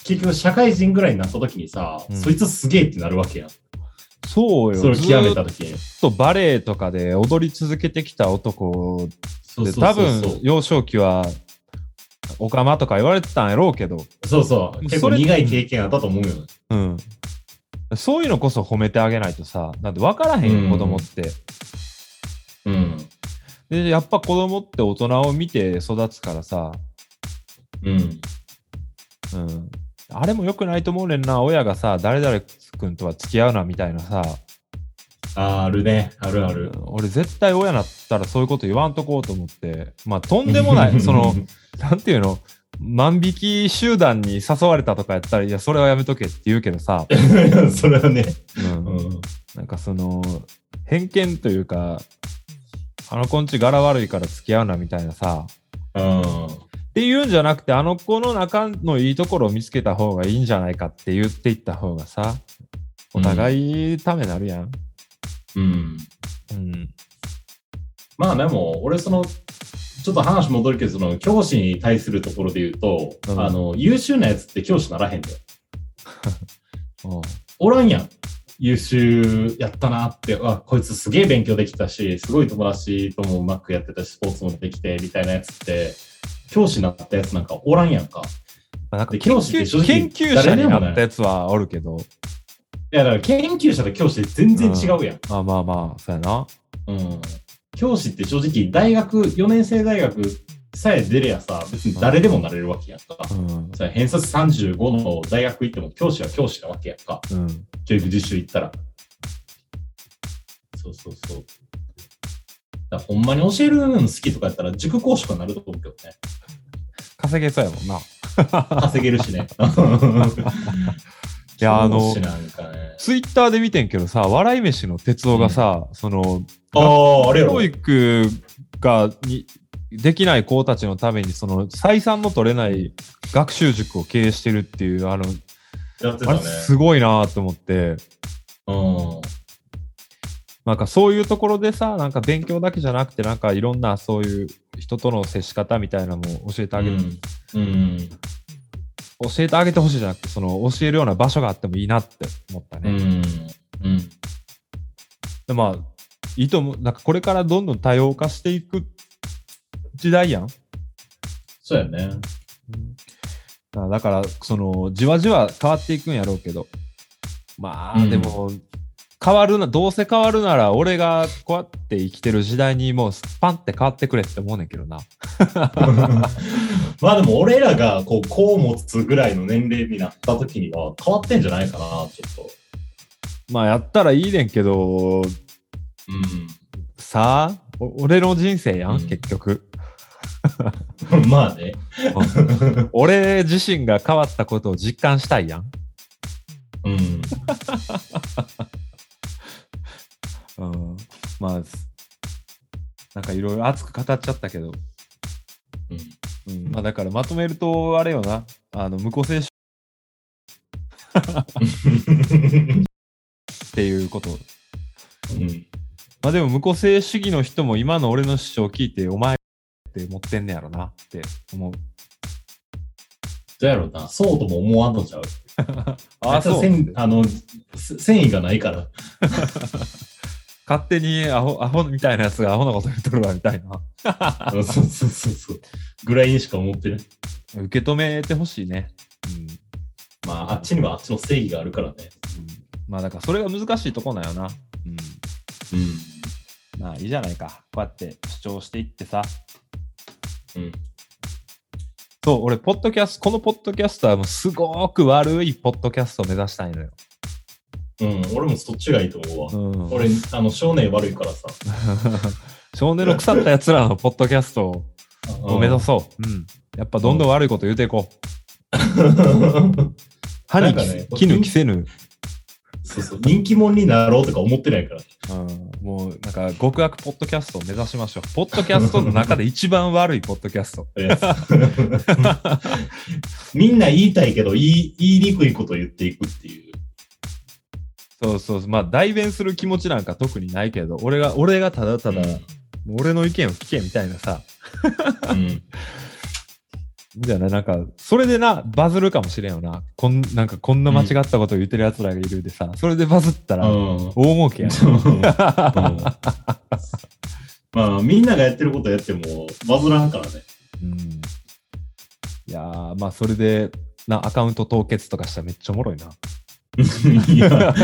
S2: 結局社会人ぐらいになった時にさ、
S1: うん
S2: そいつすげえってなるわけやん。
S1: そうよ
S2: それを極め
S1: ずー
S2: た
S1: っ
S2: 時に。
S1: とバレエとかで踊り続けてきた男
S2: そう
S1: で
S2: そう
S1: 多
S2: そう
S1: 分幼少期はオカマとか言われてたんやろうけど、
S2: そうそう。結構苦い経験あったと思うよ。
S1: うん、そういうのこそ褒めてあげないとさなんて分からへん
S2: う
S1: よ
S2: ん
S1: 子供って、
S2: うん。
S1: でやっぱ子供って大人を見て育つからさ、
S2: うん。
S1: うん、あれも良くないと思うねんな親がさ誰々君とは付き合うなみたいなさ
S2: あるね。あるある。
S1: 俺絶対 親なったらそういうこと言わんとこうと思ってまあとんでもないそのなんていうの万引き集団に誘われたとかやったら、いや、それはやめとけって言うけどさ、
S3: それはね。
S1: うん
S3: うん。
S1: なんかその、偏見というか、あの子んち柄悪いから付き合うなみたいなさ、
S2: うん。
S1: っていうんじゃなくて、あの子の中のいいところを見つけた方がいいんじゃないかって言っていった方がさ、お互いためなるやん。
S2: うん。
S1: うん。
S2: まあでも、俺その、ちょっと話戻るけど、その、教師に対するところで言うと、
S1: うん
S2: あの、優秀なやつって教師ならへんだよ。
S1: おう
S2: おらんやん。優秀やったなって、あ、こいつすげえ勉強できたし、すごい友達ともうまくやってたし、スポーツもできて、みたいなやつって、教師になったやつなんかおらんやんか。
S1: まあなんか
S2: で
S1: 研
S2: 教師って正
S1: 究
S2: 直
S1: 研究者
S2: 誰で
S1: にな
S2: もね
S1: ったやつはおるけど、
S2: いや、だから研究者と教師って全然違うやん。
S1: まあまあまあ、そうやな。
S2: うん。教師って正直、大学、4年生大学さえ出れやさ、別に誰でもなれるわけやんか。
S1: うん。
S2: さ偏差値35の大学行っても教師は教師なわけやんか。
S1: うん。
S2: 教育実習行ったら。そうそうそう。だからほんまに教えるの好きとかやったら塾講師とかなると思うけど ね。
S1: 稼げそうやもんな。い
S2: 稼げるしね。い
S1: や、あの
S2: 教師、なんかね。
S1: ツイッターで見てんけどさ、笑い飯の哲夫がさ、その、
S2: ああ、あれやろ
S1: 教。育がにできない子たちのために、その、採算の取れない学習塾を経営してるっていう、あの、
S2: やって
S1: あ
S2: た
S1: れ
S2: ね。
S1: すごいなと思って、
S2: うん。
S1: なんかそういうところでさ、なんか勉強だけじゃなくて、なんかいろんなそういう人との接し方みたいなのも教えてあげる、
S2: うん。うん。
S1: 教えてあげてほしいじゃなくて、その教えるような場所があってもいいなって思った
S2: う
S1: ね。
S2: ん。うん。
S1: でまあ、いいと思う。なんかこれからどんどん多様化していく時代やん。
S2: そうやね。
S1: あだから、その、じわじわ変わっていくんやろうけど。ま
S2: う
S1: あ、
S2: ん
S1: でも、変わるな、どうせ変わるなら、俺がこうやって生きてる時代にもうパンって変わってくれって思うねんけどな。
S2: まあでも俺らがこう子を持つぐらいの年齢になった時には変わってんじゃないかな、ちょっと。
S1: まあ、やったらいいねんけど、
S2: うん。
S1: さあ、お俺の人生やん、
S2: うん
S1: 結局。
S2: まあね。
S1: 俺自身が変わったことを実感したいやん。
S2: うん。
S1: うん、まあ、なんかいろいろ熱く語っちゃったけど、
S2: うん
S1: うんまあ、だからまとめると、あれよな、あの無個性主義っていうこと。
S2: うん
S1: まあでも無個性主義の人も今の俺の主張を聞いて、お前って持ってんねやろなって思う。
S2: どうやろうな、そうとも思わんのちゃう。
S1: ああ、
S2: あ
S1: そう。
S2: 繊あのせ繊維がないから。
S1: 勝手にアホアホみたいなやつがアホなこと言っとるわみたいな。
S2: そうそうそうそう。ぐらいにしか思ってない。
S1: 受け止めてほしいね。うん
S2: まあ、あっちにはあっちの正義があるからね。
S1: うんまあだからそれが難しいとこなんよな。うん
S2: う
S1: まあいいじゃないか。こうやって主張していってさ。
S2: ん。うん。
S1: そう、俺、ポッドキャスト、このポッドキャストはもうすごく悪いポッドキャストを目指したいのよ。
S2: うん、俺もそっちがいいと思うわ。
S1: うん、
S2: 俺、あの、少年悪いからさ。
S1: 少年の腐ったやつらのポッドキャストを目指そう。うん。やっぱどんどん悪いこと言うていこう。
S2: うん
S1: 歯に
S2: なんかね
S1: きぬ着せぬ。
S2: そうそう、人気者になろうとか思ってないから。
S1: うん、もうなんか極悪ポッドキャストを目指しま しょう。ポッドキャストの中で一番悪いポッドキャスト。
S2: とりあ えずみんな言いたいけど言い、言いにくいことを言っていくっていう。
S1: そうそう、まあ代弁する気持ちなんか特にないけど、俺が、俺がただただ、
S2: うん
S1: もう俺の意見を聞けみたいなさ、
S2: うん、
S1: じゃあな、なんか、それでな、バズるかもしれんよな。こん、なんかこんな間違ったことを言ってる奴らがいるでさ、それでバズったら、
S2: うん
S1: 大儲けやん。
S2: まあ、みんながやってることやっても、バズらんから ね。
S1: うん。いやー、まあそれで、な、アカウント凍結とかしたらめっちゃおもろいな。
S2: いや、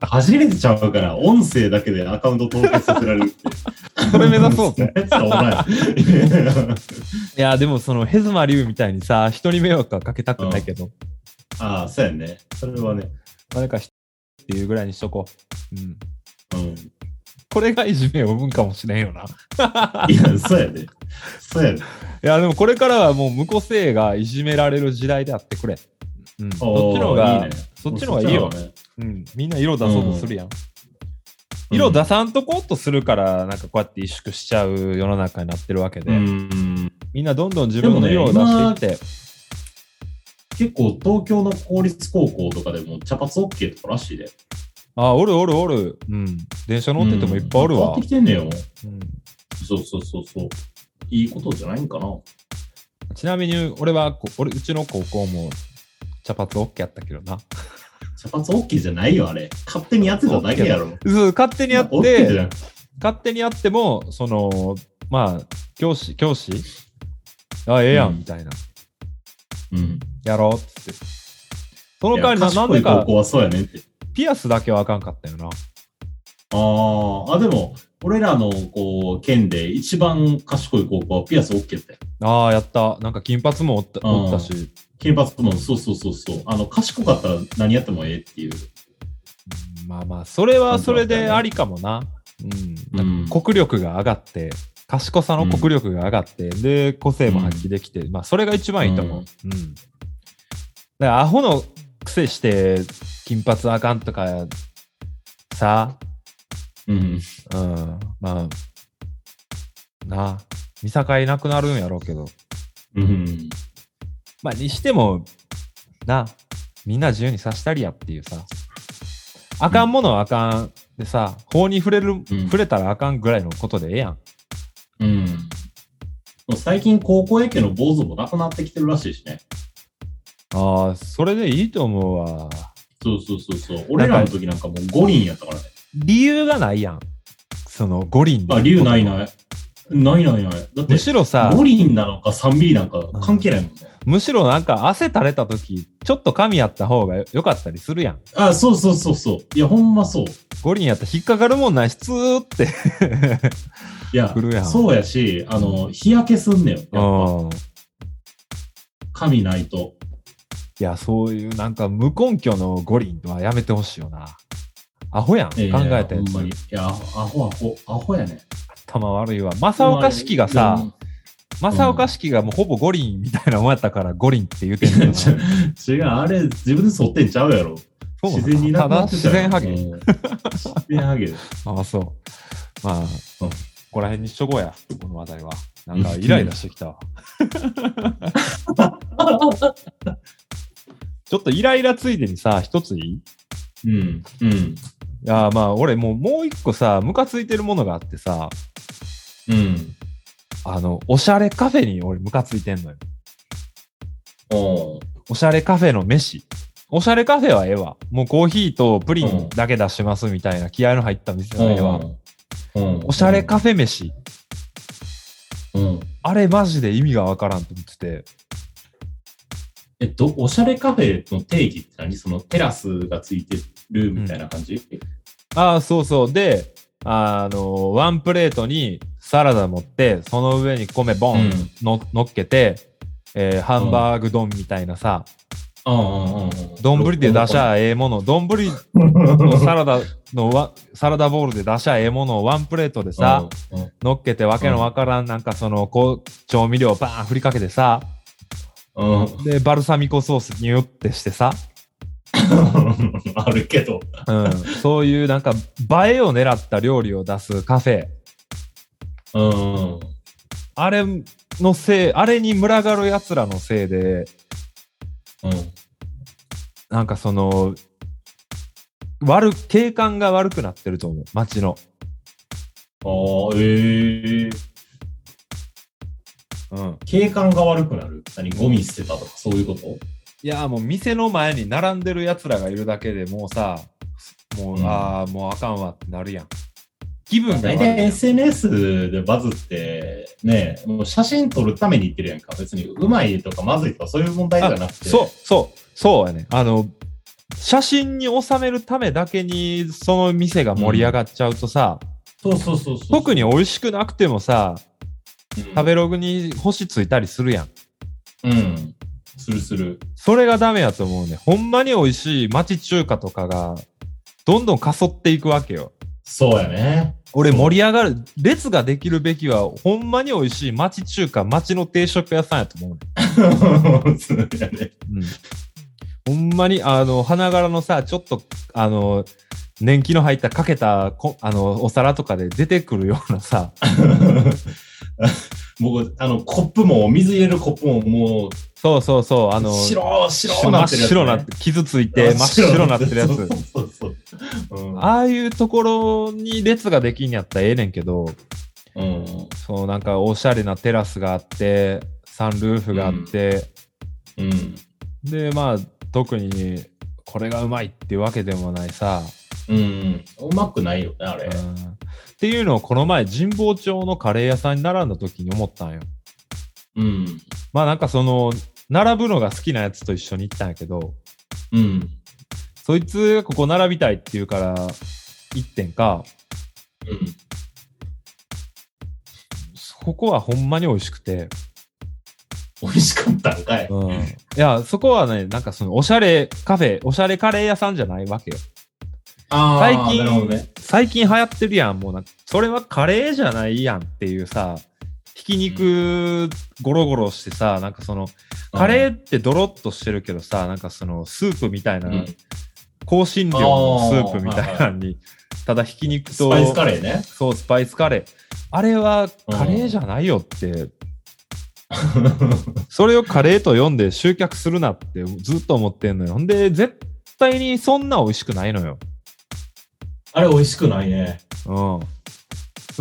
S2: 初めてちゃうから、音声だけでアカウント凍結させられ るって。
S1: それ目指そうぜ。
S2: ね。あ
S1: いやー、でもその、ヘズマリュウみたいにさ、人に迷惑はかけたくないけど、
S2: あ、そうやね。それはね。
S1: 誰か人っていうぐらいにしとこう。うん。
S2: うん。
S1: これがいじめを生むかもしれんよな。い
S2: いや、そうやで。そうやで。
S1: や、でもこれからはもう無個性がいじめられる時代であってくれ。うん、 そっちの方が
S2: おーいいね
S1: そっちの方がいいよ
S2: そっちの方がね
S1: うん、みんな色出そうとするやん。色出さんとこうとするから、なんかこうやって萎縮しちゃう世の中になってるわけで、
S2: うん。
S1: みんなどんどん自分の色を出していって、
S2: 結構、東京の公立高校とかでも茶髪 OK とからしいで。
S1: あ、おるおるおる、うん、電車乗っててもいっぱいおる
S2: うん変わ
S1: わ
S2: って。きてんねよ。
S1: うん
S2: そうそうそうそう。いいことじゃないんかな。
S1: ちなみに、俺はこ、俺、うちの高校も茶髪 OK やったけどな。
S2: 茶髪 OK じゃないよ、あれ。勝手にやってただけやろ。
S1: そう、勝手にやっ
S2: OK じゃ
S1: て、
S2: ん。
S1: 勝手にやっても、その、まあ、教師、教師あ、ええや
S2: うん
S1: ん、みたいな。
S2: うん。
S1: やろう、っつって。その
S2: い
S1: 代わ
S2: や
S1: りな、なん
S2: 賢
S1: で
S2: い高
S1: か、
S2: 校はそうやねんって。
S1: ピアスだけはあかんかったよな。
S2: ああ、あ、でも、俺らの、こう、県で一番賢い高校はピアス OK だったよ。
S1: ああ、やった。なんか金髪もおった,、
S2: うん
S1: おったし、
S2: 金髪も、そうそうそうそう。あの、賢かったら何やってもええっていう。
S1: うんまあまあ、それはそれでありかもな。うん。なんか国力が上がって、賢さの国力が上がって、で、個性も発揮できて、まあ、それが一番いいと思う。うん。だからアホの癖して、金髪あかんとか、さ、
S2: うん。
S1: うん、まあ、なあ、見境なくなるんやろうけど、
S2: うん。
S1: まあ、にしても、な、みんな自由にさしたりやっていうさ、あかんものはあかんでさ、法に触れる、触れたらあかんぐらいのことでええやん。
S2: うん。もう最近、高校野球の坊主もなくなってきてるらしいしね。
S1: ああ、それでいいと思うわ。
S2: そうそうそうそう。俺らの時なんかもう五輪やったからね。
S1: 理由がないやん。その五輪で。
S2: あ、理由ないない。ないないない。だって
S1: む、しろさ
S2: 五、輪なのか 3B なんか関係ないもんね。
S1: むしろなんか汗垂れた時、ちょっと髪あった方が良かったりするやん。
S2: あ、そうそうそうそう。いや、ほんまそう。
S1: 五輪やったら引っかかるもんないし、ツーって。
S2: いや
S1: 来るや、ん
S2: そうやし、あの、日焼けすんねん。やっぱ、
S1: うん。
S2: 髪ないと。
S1: いや、そういうなんか無根拠の五輪はやめてほしいよな。アホやん。考
S2: いやいや
S1: えたや
S2: ほん
S1: つ
S2: ま。に。いや、アホアホ、アホやね。
S1: 頭悪いわ。正岡式がさ、正岡式がもうほぼ五輪みたいなもんやったから五輪って言うてん
S2: い
S1: の
S2: や、
S1: よ。そう
S2: 違う、あれ、自分で剃ってんちゃうやろ。
S1: なの
S2: 自然にな
S1: た
S2: くな
S1: だ
S2: って
S1: 自然 ハゲ。
S2: うん自然ハゲで。
S1: ああ、そう。まあ、
S2: うん
S1: ここら辺にしとこうや、この話題は。なんかイライラしてきたわ。 ちょっとイライラついでにさ、一ついい
S2: うん、うん、
S1: いや、まあ、俺もう、もう一個さ、ムカついてるものがあってさ、
S2: うん。
S1: あの、おしゃれカフェに俺ムカついてんのよ。
S2: おう
S1: おしゃれカフェの飯。おしゃれカフェはええわ。もうコーヒーとプリンだけ出しますみたいな気合の入った店はええわ。
S2: うん。
S1: おしゃれカフェ飯。
S2: うん。
S1: あれマジで意味がわからんと思ってて。
S2: えっと、おしゃれカフェの定義って何そのテラスがついてるみたいな感じ、
S1: ああ、そうそう。で、あの、ワンプレートにサラダ持って、その上に米ボン
S2: うん
S1: の、乗っけて、えーハンバーグ丼みたいなさ、丼で出しゃええもの、丼のサラダのわ、サラダボウルで出しゃええものをワンプレートでさ、
S2: うんうん
S1: 乗っけてわけのわからん、なんかその、こう、調味料バーン振りかけてさ、
S2: うん、
S1: で、バルサミコソースによってしてさ、
S2: あるけど。
S1: うん、そういうなんか映えを狙った料理を出すカフェ、
S2: うん。
S1: あれのせい、あれに群がる奴らのせいで、
S2: うん。
S1: なんかその、悪、景観が悪くなってると思う、街の。
S2: ああ、ええ
S1: うん。
S2: 景観が悪くなる。何ゴミ捨てたとか、そういうこと
S1: いや、もう店の前に並んでる奴らがいるだけでもうさ、もう、
S2: うん
S1: ああ、もうあかんわってなるやん。気分が悪いや
S2: 大
S1: ん
S2: 体 SNS でバズって、ね、もう写真撮るために言ってるやんか。別にうまいとかまずいとかそういう問題じゃなくて。
S1: そうそうそうやねあの写真に収めるためだけにその店が盛り上がっちゃうとさ、
S2: そうそうそうそう。
S1: 特に美味しくなくてもさ食
S2: 食
S1: べログに星ついたりするやん
S2: うん。するする。
S1: それがダメやと思うねほんまに美味しい町中華とかがどんどんかそっていくわけよ
S2: そうやね。
S1: 俺盛り上がる、列ができるべきは、ほんまに美味しい町中華、町の定食屋さんやと思うね。
S2: そうやね。
S1: うん。ほんまに、あの、花柄のさ、ちょっと、あの、年季の入ったかけたこあのお皿とかで出てくるようなさ、
S2: 僕、あの、コップも、水入れるコップも、もう、
S1: そうそうそう、あの、
S2: 白、白
S1: 真
S2: な
S1: っ
S2: ってるやつ、ね。
S1: 白なって、傷ついて真っ白なってるや
S2: そ
S1: つ。
S2: うそうそうそう。うん
S1: ああいうところに列ができんやったらええねんけど、
S2: うん。
S1: そうなんかおしゃれなテラスがあって、サンルーフがあって、
S2: うん。
S1: で、まあ、特にこれがうまいっていうわけでもないさ、
S2: うん。うまくないよね、あれ。
S1: うんっていうのをこの前、神保町のカレー屋さんに並んだ時に思ったんよ。
S2: うん。
S1: まあなんかその、並ぶのが好きなやつと一緒に行ったんやけど、
S2: うん。
S1: そいつがここ並びたいって言うから、行ってんか、
S2: うん。
S1: ここはほんまに美味しくて、
S2: 美味しかったんかい。
S1: うん、いや、そこはね、なんかその、おしゃれカフェ、おしゃれカレー屋さんじゃないわけよ。
S2: あ
S1: 最
S2: ーなるほど
S1: 近、
S2: ね。
S1: 最近流行ってるやん、もうなんか、それはカレーじゃないやんっていうさ、ひき肉ゴロゴロしてさ、なんかその、カレーってドロッとしてるけどさ、なんかその、スープみたいな、
S2: うん
S1: 香辛料のスープみたいなのに、ただひき肉
S2: ス
S1: と、
S2: パイスカレ ーね。
S1: そう、スパイスカレー。あれはカレーじゃないよって、それをカレーと読んで集客するなってずっと思ってんのよ。ほんで、絶対にそんな美味しくないのよ。
S2: あれ美味しくないね。
S1: うんそ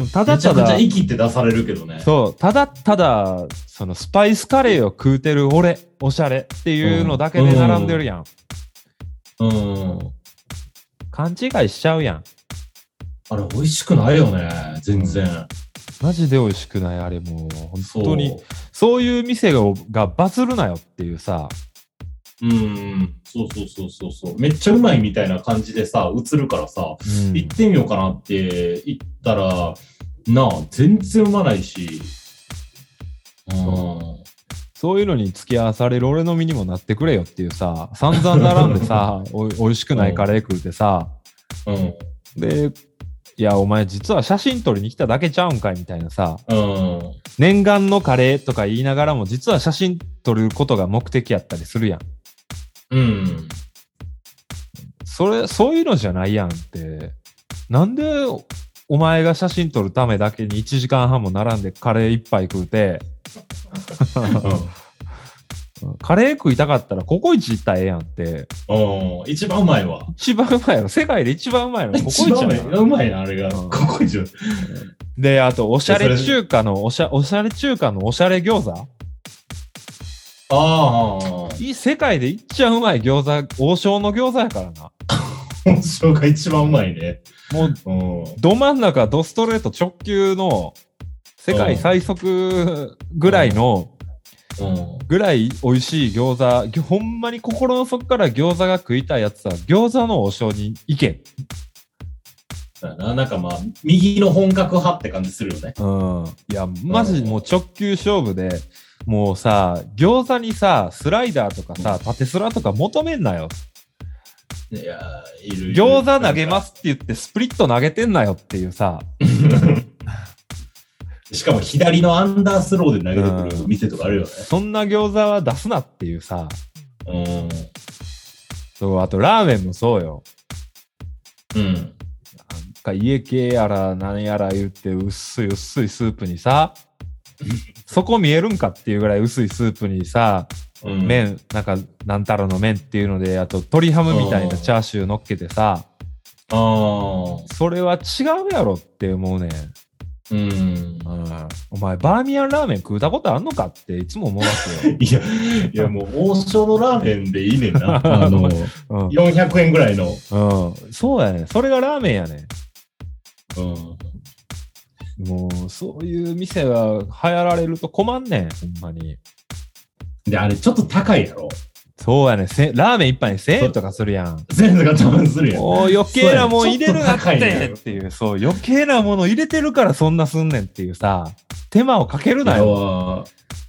S1: の。ただ
S2: めち
S1: た
S2: ゃくちゃ
S1: だ、
S2: 息って出されるけどね。
S1: そう、ただただ、そのスパイスカレーを食うてる俺、おしゃれっていうのだけで並んでるやん。
S2: うん。
S1: 勘違いしちゃうやん。
S2: あれ美味しくないよね。全然。
S1: マジで美味しくない、あれもう。
S2: そ
S1: 本
S2: う
S1: 当に。。そういう店ががバズるなよっていうさ。
S2: うん。そうそうそうそうそう。めっちゃうまいみたいな感じでさ、映るからさ、
S1: うん
S2: 行ってみようかなって言ったら、なあ、全然うまないし。うん。
S1: そういうのに付き合わされる俺の身にもなってくれよっていうさ、散々並んで さ、おい美味しくないカレー食うてさ、
S2: うん。
S1: で、いや、お前実は写真撮りに来ただけちゃうんかいみたいなさ、
S2: うん。
S1: 念願のカレーとか言いながらも、実は写真撮ることが目的やったりするやん。
S2: うん。
S1: それ、そういうのじゃないやんって。なんで、おお前が写真撮るためだけに1時間半も並んでカレー一杯食うて、カレー食いたかったらココイチ行ったらええやんって。
S2: うん。一番うまいわ。
S1: 一番うまいやろ。世界で一番うまいや ろ。ココイチ
S2: 一番
S1: や
S2: うまい
S1: ろ。
S2: うまいな、あれが。
S1: うん
S2: ココイチ。
S1: で、あと、おしゃ
S2: そ
S1: れ
S2: れ
S1: 中華の、おしゃ、おしゃれ中華のおしゃれ餃子
S2: ああ。
S1: い世界でいっちゃうまい餃子、王将の餃子やからな。
S2: 本性が一番うまいね。
S1: もう、
S2: うん。
S1: ど真ん中、ドストレート直球の、世界最速ぐらいの、
S2: うん。
S1: ぐらい美味しい餃子ぎょ、ほんまに心の底から餃子が食いたいやつは、餃子の王将に行け。
S2: だな、なんかまあ、右の本格派って感じするよね。
S1: うん。いや、マジもう直球勝負で、もうさ、餃子にさ、スライダーとかさ、縦スラとか求めんなよ。
S2: いやー、いるいる。。
S1: 餃子投げますすって言ってスプリット投げてんなよっていうさ、
S2: しかも左のアンダースローで投げてく
S1: う
S2: る店とかあるよ
S1: そんな餃子は出すなっていうさ、
S2: ね。
S1: そうあとラーメンもそうよ。
S2: うん。うん。
S1: なんか家系やら何やら言って薄い薄いスープにさ、そこ見えるんかっていうぐらい薄いスープにさ、
S2: うん。
S1: 麺、なんかなんたらの麺っていうので、あと鶏ハムみたいなチャーシュー乗っけてさ、
S2: ああ。
S1: それは違うやろって思うねん。
S2: うん。。
S1: うんお前バーミヤンラーメン食うたことあんのかっていつも思いますよ
S2: いや、いやもう王将のラーメンでいいね んな。あの、
S1: うん
S2: 400円ぐらいの。
S1: うん、そうやねんそれがラーメンやね
S2: うん。
S1: んもう、そういう店は流行られると困んねん、ほんまに。
S2: で、あれちょっと高いやろ。
S1: そうやねんせラーメン一杯に1000円とかするやん。
S2: 全部が多分するやん。
S1: お余計なもん入れるなっ
S2: そうやねちょっと高
S1: て
S2: いね
S1: っていう、そう、余計なもの入れてるからそんなすんねんっていうさ、手間をかけるなよ。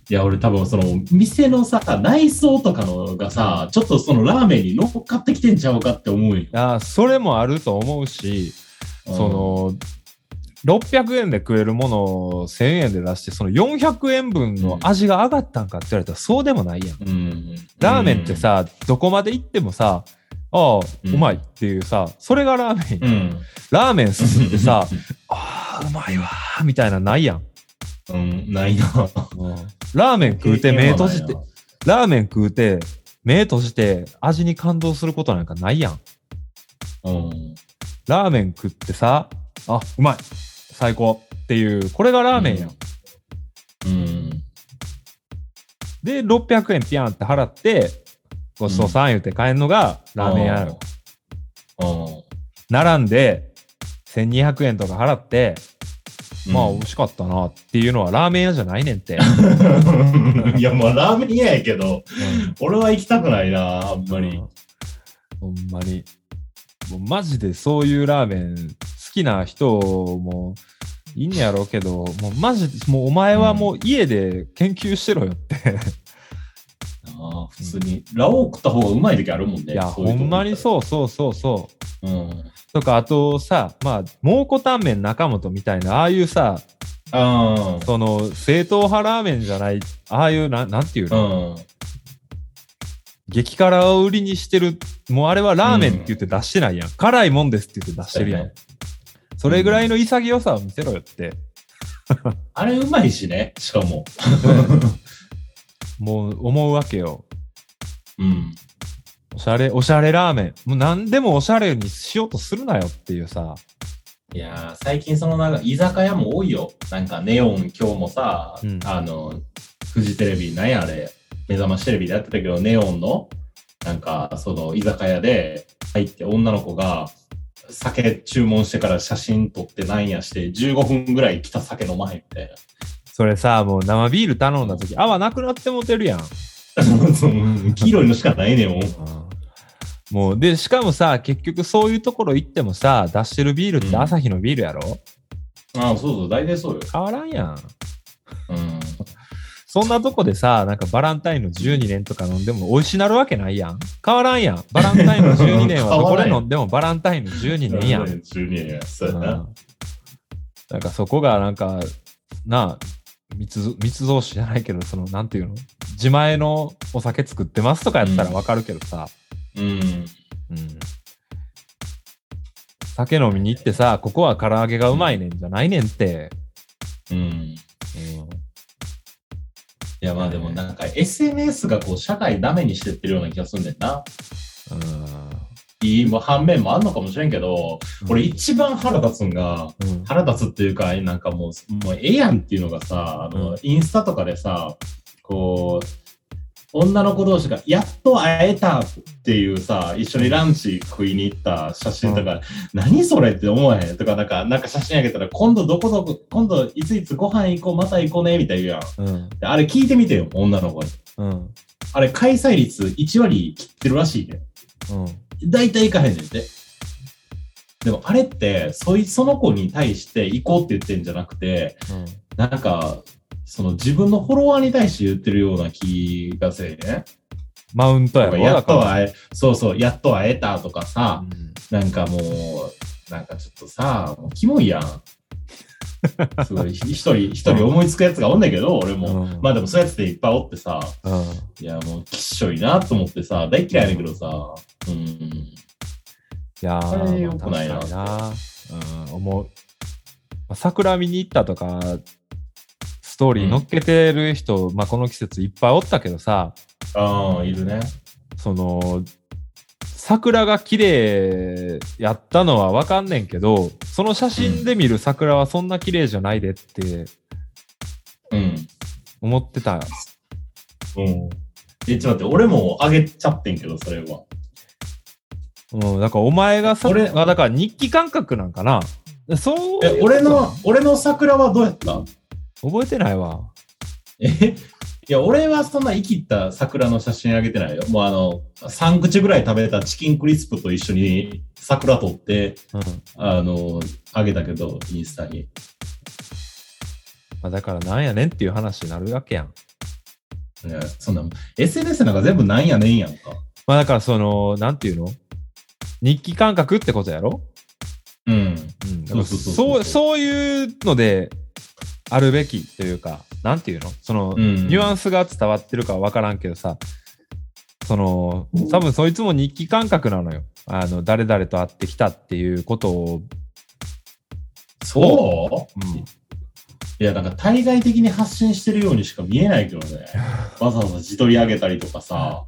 S2: いや、俺多分その、店のさ、内装とかのがさ、ちょっとそのラーメンに乗っかってきてんちゃうかって思うよ。
S1: あーそれもあると思うし、その、600円で食えるものを1000円で出して、その400円分の味が上がったんかって言われたらそうでもないやん。
S2: うん、
S1: ラーメンってさ、どこまで行ってもさ、ああ、うまいっていうさ、それがラーメン
S2: う
S1: やん。
S2: ん、
S1: ラーメンすすってさ、ああ、うまいわー、みたいなないやん。
S2: うん、ないな。
S1: ラーメン食うて目閉じて
S2: 経験、は
S1: ラーメン食うて目閉じて味に感動することなんかないやん。
S2: ないな。うん。
S1: ラーメン食ってさ、あ、うまい、最高っていう、これがラーメンやん。
S2: うん。
S1: で、600円ピャンって払って、ごちそうさん言うて買えんのがラーメン屋、
S2: あー。
S1: 並んで、1200円とか払って、
S2: うん
S1: まあ美味しかったなっていうのはラーメン屋じゃないねん って。
S2: いや、まあ、ラーメン屋やけ
S1: う
S2: ど、
S1: ん
S2: 俺は行きたくないな、あんまり。
S1: ほんまに。もうマジでそういうラーメン好きな人もいいんやろうけど、もうマジで、もうお前はもう家で研究してろよって。
S2: あー普通に。ラオウ食った方がうまい時あるもんね。
S1: いや、
S2: そ
S1: ほ
S2: ういうとこ
S1: んまにそうそうそうそう。
S2: うん。
S1: とか、あとさ、まあ、蒙古タンメン中本みたいな、ああいうさ、
S2: あ
S1: その、正統派ラーメンじゃない、ああいう、なんなんていう
S2: あ。
S1: の、
S2: うん。
S1: 激辛を売りにしてる、もうあれはラーメンって言って出してないやん。辛いもんですって言って出してるやん。それぐらいの潔さを見せろよって。
S2: あれうまいしね、しかも。
S1: もう思うわけよ。
S2: うん。
S1: おしゃれ、おしゃれラーメン。もう何でもおしゃれにしようとするなよっていうさ。
S2: いやー、最近そのなんか居酒屋も多いよ。なんかネオン今日もさ、
S1: うん
S2: あの、フジテレビ、なんやあれ、目覚ましテレビでやってたけど、ネオンの、なんかその居酒屋で入って女の子が、酒注文してから写真撮ってなんやして、15分ぐらい来た酒飲まへんみたい
S1: それさ、もう生ビール頼んだ時、泡なくなってもてるやん。
S2: な。その黄色いのしかないねん、もう
S1: もう、で、しかもさ、結局そういうところ行ってもさ、出してるビールって朝日のビールやろ、
S2: ああ、そうそう、大体そうよ。
S1: 変わらんやん。
S2: うん。
S1: そんなとこでさ、なんかバランタインの12年とか飲んでも美味しなるわけないやん。変わらんやん。バランタインの12年 はどこで飲んでもバランタインの12年やん。
S2: 12年や。そうや
S1: うん
S2: な。
S1: なんかそこがなんかなあ密造密造酒じゃないけどそのなんていうの自前のお酒作ってますとかやったらわかるけどさ、
S2: うん。
S1: うん酒飲みに行ってさここは唐揚げがうまいねんじゃないねんって、
S2: うん。
S1: うん
S2: いやまあでもなんか SNS がこう社会ダメにしてってるような気がすんねんな。いいも反面もあんのかもしれんけど、これ、一番腹立つんが、
S1: うん
S2: 腹立つっていうか、なんかもう、もうええやんっていうのがさ、あ
S1: う
S2: の
S1: ん、
S2: インスタとかでさ、こう、女の子同士が、やっと会えたっていうさ、一緒にランチ食いに行った写真とか、何それって思わへんとか、なんか、なんか写真あげたら、今度どこどこ、今度いついつご飯行こう、また行こうね、みたいな言うやん。
S1: うん
S2: であれ聞いてみてよ、女の子に。
S1: うん
S2: あれ、開催率1割切ってるらしいね。
S1: うん
S2: 大体行かへんねんて。でも、あれって、そい、その子に対して行こうって言ってんじゃなくて、なんか、その自分のフォロワーに対して言ってるような気がせえね。
S1: マウントやろ
S2: や
S1: だ
S2: っと
S1: か、
S2: 会え、そうそう、やっと会えたとからさ、なんかもう、なんかちょっとさ、もうキモいやん。 すごい、ひ一人、一人思いつくやつがおんだけど、俺も。
S1: うん
S2: まあでもそういうやつっていっぱいおってさ、
S1: うんうん
S2: いや、もう、きっしょいなと思ってさ、大嫌いだけどさ、うん。
S1: いや
S2: それ良
S1: ー、
S2: くないな
S1: 確かにな。うん、思う。まあ桜見に行ったとか、ストーリー乗っけてる人、まあこの季節いっぱいおったけどさ、
S2: ああ、いるね。
S1: その、桜が綺麗やったのはわかんねんけど、その写真で見る桜はそんな綺麗じゃないでって
S2: うん。
S1: 思ってた。
S2: うん。え、ちょっと待って、俺もあげちゃってんけど、それは。
S1: うん、だからお前がさ、
S2: 俺
S1: あだから日記感覚なんかな。そういう
S2: え、俺の、俺の桜はどうやった
S1: 覚えてないわ。
S2: え いや、俺はそんな生きった桜の写真あげてないよ。もうあの、3口ぐらい食べたチキンクリスプと一緒に桜撮って、
S1: うん。
S2: あの、あげたけど、インスタに。
S1: まあ、だからなんやねんっていう話になるわけやん。
S2: ね、そんな、SNS なんか全部なんやねんやんか。
S1: まあだからその、なんていうの日記感覚ってことやろ
S2: うん。
S1: うん。だからそうそういうのであるべきというかなんていうのその、
S2: うん
S1: ニュアンスが伝わってるかは分からんけどさその多分そいつも日記感覚なのよあの誰々と会ってきたっていうことを、
S2: そう
S1: うん
S2: いや、なんか対外的に発信してるようにしか見えないけど ね。わざわざ自撮り上げたりとかさ。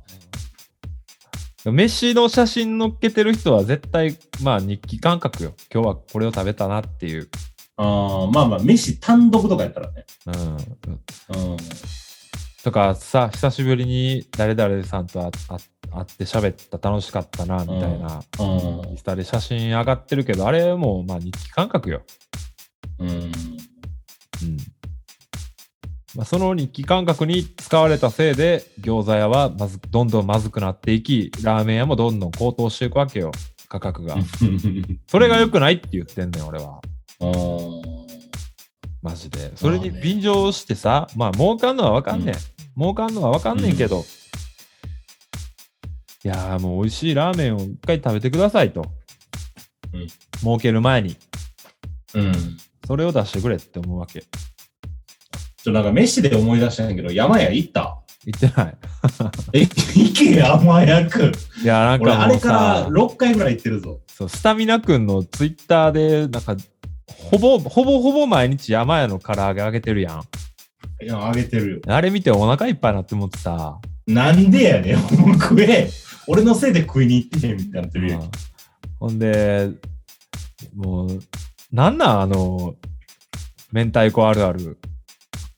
S1: メッシの写真載っけてる人は絶対、まあ日記感覚よ。今日はこれを食べたなっていう。
S2: あーまあまあ、飯単独とかやったらね。
S1: うん。
S2: うん。
S1: とかさ、久しぶりに誰々さんとああ会って喋った楽しかったな、みたいな。
S2: うん
S1: インスタで写真上がってるけど、あれもまあ日記感覚よ。
S2: うん。
S1: うん。まあ、その日記感覚に使われたせいで、餃子屋はまずどんどんまずくなっていき、ラーメン屋もどんどん高騰していくわけよ。価格が。それが良くないって言ってんねん、俺は。
S2: うん
S1: マジで。それに
S2: まあね
S1: 便乗してさ、まあ、儲かんのはわかんねん。
S2: うん
S1: 儲かんのはわかんねんけど、いやー、もう美味しいラーメンを一回食べてくださいと。
S2: うん
S1: 儲ける前に、
S2: うん。
S1: それを出してくれって思うわけ。
S2: ちょ、なんか飯で思い出したんやけど、山屋行った
S1: 言ってない。
S2: え、行け山屋くん。
S1: いやー、な
S2: 俺、
S1: んか
S2: あ
S1: も
S2: れ
S1: う
S2: から
S1: さ、
S2: 6回ぐらい行ってるぞ。
S1: そうスタミナくんのツイッターで、なんか、ほぼ、ほぼほぼ毎日山屋の唐揚げあげてるやん。
S2: いや、あげてるよ。
S1: あれ見てお腹いっぱいになって思ってさ、
S2: なんでやねん、もう食え。俺のせいで食いに行ってへんみたいになってるやん
S1: うんほんで、もう、なんなんあの、明太子あるある。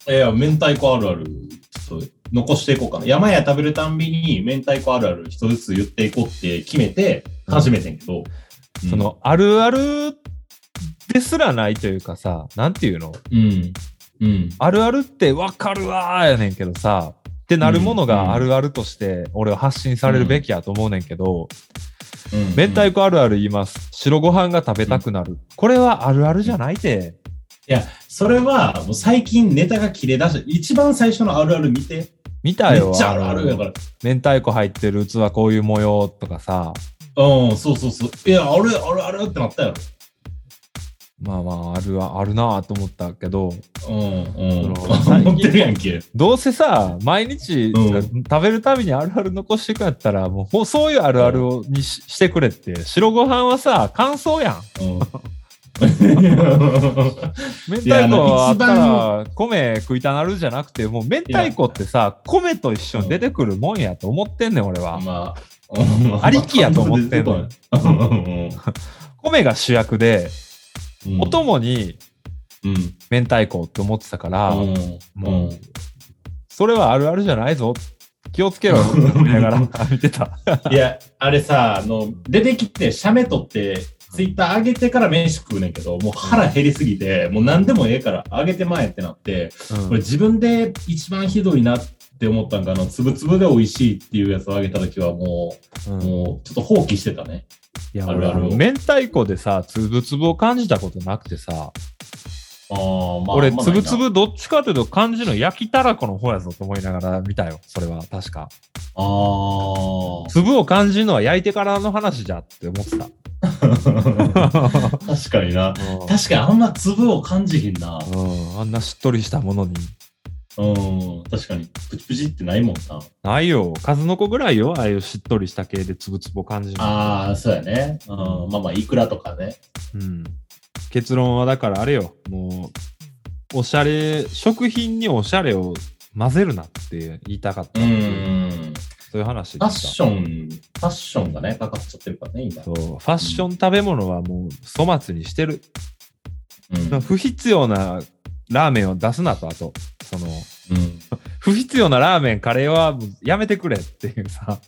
S2: いや、明太子あるある、ちょっと残していこうかな。山屋食べるたんびに、明太子あるある一つずつ言っていこうって決めて、始めてんけど、うん
S1: そ、の、あるあるですらないというかさ、なんていうの
S2: うん、うん、
S1: あるあるってわかるわーやねんけどさ、ってなるもの
S2: うん
S1: があるあるとして、俺は発信されるべきやと思うねんけど、
S2: うん。
S1: 明
S2: い
S1: 太子あるある言います。白ご飯が食べたくなる。これはあるあるじゃないで。
S2: や、それは、もう最近ネタが切れ出した。一番最初のあるある見て。めっ
S1: 見たよ。
S2: ちゃあるあるやか
S1: の
S2: ら。
S1: 明太子入ってる器こういう模様とかさ、
S2: うん、そうそうそう。いや、あれ、あれ、あれってなったやろ。
S1: まあまあ、あるはあるなぁと思ったけど、
S2: うん、うん。
S1: 最近
S2: 思ってるやんけ。
S1: どうせさ、毎日、
S2: う
S1: 食べるたびにあるある残していくんやったら、もうほうそういうあるあるをにししてくれって、白ご飯はさ、感想やん。
S2: うん。
S1: 明
S2: いやあ
S1: 太子
S2: の
S1: はあっ
S2: 一
S1: た
S2: 番
S1: ら、米食いたなるじゃなくて、もう明太子ってさ、米と一緒に出てくるもんやと思ってんねん、俺は。
S2: まあ、うん
S1: ありきやと思ってんの
S2: うんうん
S1: 米が主役で、
S2: うん
S1: お供に
S2: うん。
S1: 明太子って思ってたから、
S2: うん。
S1: もうそれはあるあるじゃないぞ。気をつけろよ、思いながら見てた。
S2: いや、あれさ、あの、出てきて、写メ撮って、ツイッター上げてから飯食うねんけど、もう腹減りすぎて、もう何でもええから上げてまえってなって、
S1: うん
S2: これ自分で一番ひどいなって思ったんかあの、つぶつぶで美味しいっていうやつを上げた時はも
S1: う
S2: う、
S1: ん
S2: もうちょっと放棄してたね。
S1: いや、
S2: ある
S1: 俺、
S2: あ
S1: あ
S2: る
S1: の、明太子でさ、つぶつぶを感じたことなくてさ、
S2: あーまあ
S1: 俺、
S2: まあ
S1: つぶつぶどっちかというと感じの焼きたらこの方やぞと思いながら見たよ、それは、確か。
S2: あー
S1: 粒を感じるのは焼いてからの話じゃって思ってた。
S2: 確かにな。確かにあんま粒を感じひんな。
S1: うん、あんなしっとりしたものに。
S2: うん、確かに。プチプチってないもんな。
S1: ないよ、数の子ぐらいよ、ああいうしっとりした系でつぶつぶを感じるの。
S2: ああ、そうやね。うん、まあまあ、いくらとかね。
S1: うん、結論はだからあれよ、もう、おしゃれ、食品におしゃれを混ぜるなって言いたかったっていう、
S2: ん。
S1: そういう話
S2: フ
S1: で
S2: ァッ
S1: した。
S2: ション、ファッションがね、かかっちゃってるからね、今。
S1: そうファッション食べ物はもう粗末にしてる、
S2: うん。
S1: 不必要なラーメンを出すなとあとその
S2: うん
S1: 不必要なラーメンカレーはもうやめてくれっていうさ、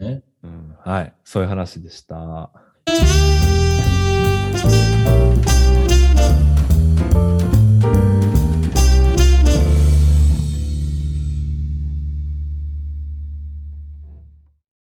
S2: ね
S1: うん、はいそういう話でした。